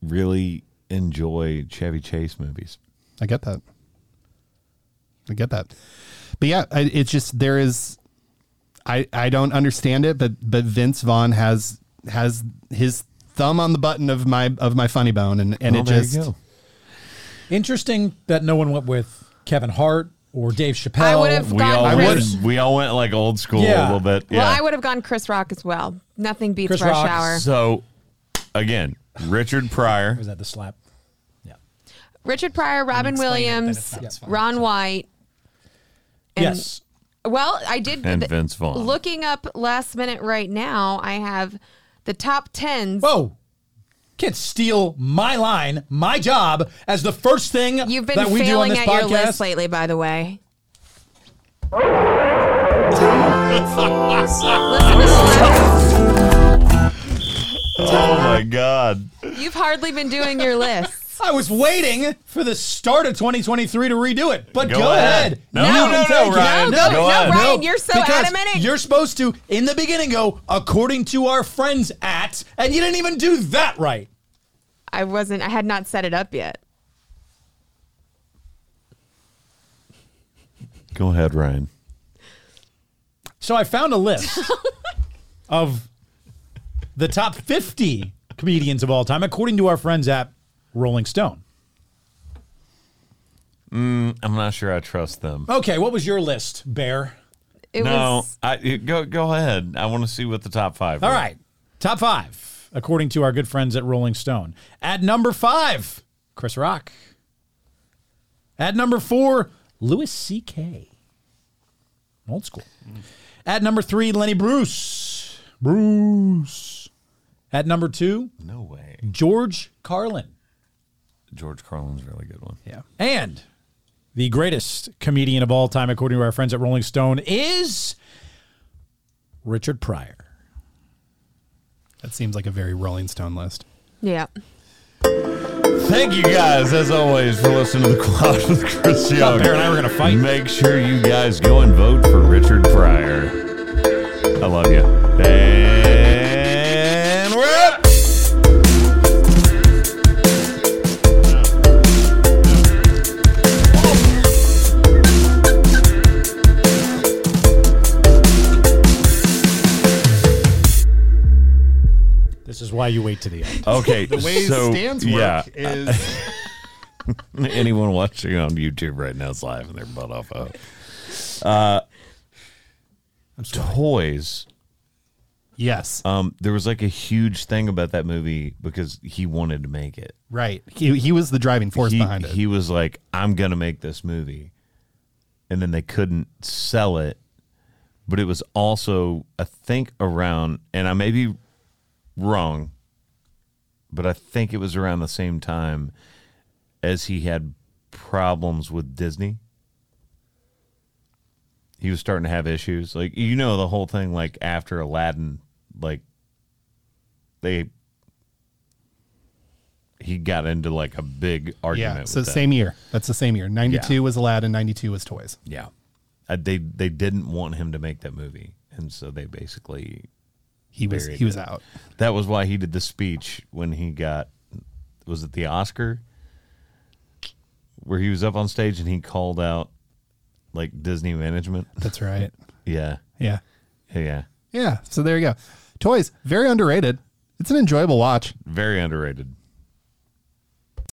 A: really enjoy Chevy Chase movies.
D: I get that. I get that. But yeah, I, it's just there is. I I don't understand it, but but Vince Vaughn has has his thumb on the button of my of my funny bone, and and
A: Well, Oh,
D: it
A: there you
D: just
A: go.
B: Interesting that no one went with Kevin Hart or Dave Chappelle.
C: I would have-
A: We
C: Gone
A: all, went,
C: Chris.
A: we all went like old school
B: Yeah.
A: a little bit.
C: well,
A: yeah.
C: I would have gone Chris Rock as well. Nothing beats
B: Chris
C: Rush
B: Rock.
C: Hour.
A: So, again, Richard Pryor.
B: Was that the slap? Yeah.
C: Richard Pryor, Robin
D: explain it, then
C: Williams,
D: it's not as fun.
C: Ron White. And-
B: yes.
C: Well, I did.
A: And Vince Vaughn.
C: Looking up last minute right now, I have the top tens.
B: Whoa. Can't steal my line, my job, as the first thing
C: You've been
B: that we do on
C: failing
B: this
C: at your
B: podcast.
C: list lately, by
B: (laughs)
C: the way. Listen to this.
A: Oh my God.
C: You've hardly been doing your lists.
B: I was waiting for the start of 2023 to redo it, but
A: Go
B: go,
A: ahead.
B: ahead.
A: No, no, no, no, Ryan.
C: No,
A: Go
C: no,
A: on.
C: Ryan, you're so
B: because
C: adamant.
B: You're supposed to, in the beginning, go according to our friends at, and you didn't even do that right.
C: I wasn't. I had not set it up yet.
A: Go ahead, Ryan.
B: So I found a
C: (laughs)
B: list of the top 50 comedians of all time, according to our friends at Rolling Stone.
A: I'm not sure I trust them.
B: Okay, what was your list, Bear?
C: It
A: no,
C: was
A: I you- go go ahead. I want to see what the top five.
B: All
A: are.
B: right, top five, according to our good friends at Rolling Stone. At number five, Chris Rock. At number four, Louis C.K. Old school. At number three, Lenny Bruce. Bruce. At number two,
A: No way.
B: George Carlin.
A: George Carlin's a really good one.
B: Yeah. And the greatest comedian of all time, according to our friends at Rolling Stone, is Richard Pryor.
D: That seems like a very Rolling Stone list.
C: yeah.
A: Thank you guys, as always, for listening to the Quad with Chris Young.
B: Bear and I were gonna fight.
A: Make sure you guys go and vote for Richard Pryor. I love you. And we're up.
B: This is why you wait to the end.
A: Okay,
D: The way
A: so,
D: stands work
A: yeah,
D: is
A: anyone watching on YouTube right now is laughing their butt off. Uh, toys.
D: (laughs) yes,
A: Um, there was like a huge thing about that movie because he wanted to make it.
D: right. He, he was the driving force
A: he,
D: behind it.
A: he was like, I'm going to make this movie. And then they couldn't sell it. But it was also, I think, around, and I may be wrong, but I think it was around the same time as he had problems with Disney. He was starting to have issues. Like, you know, the whole thing, like, after Aladdin, like, they. He got into like a big argument.
D: yeah,
A: with
D: so
A: them.
D: same year. That's the same year. Ninety two
A: Yeah.
D: was Aladdin. Ninety two was Toys.
A: Yeah, uh, they they didn't want him to make that movie, and so they basically
D: He was
A: Buried
D: he was
A: it.
D: out.
A: that was why he did the speech when he got was it the Oscar where he was up on stage and he called out like Disney management.
D: That's right.
A: (laughs) Yeah,
D: Yeah,
A: yeah,
D: yeah. So there you go. Toys very underrated. It's an enjoyable watch.
A: very underrated.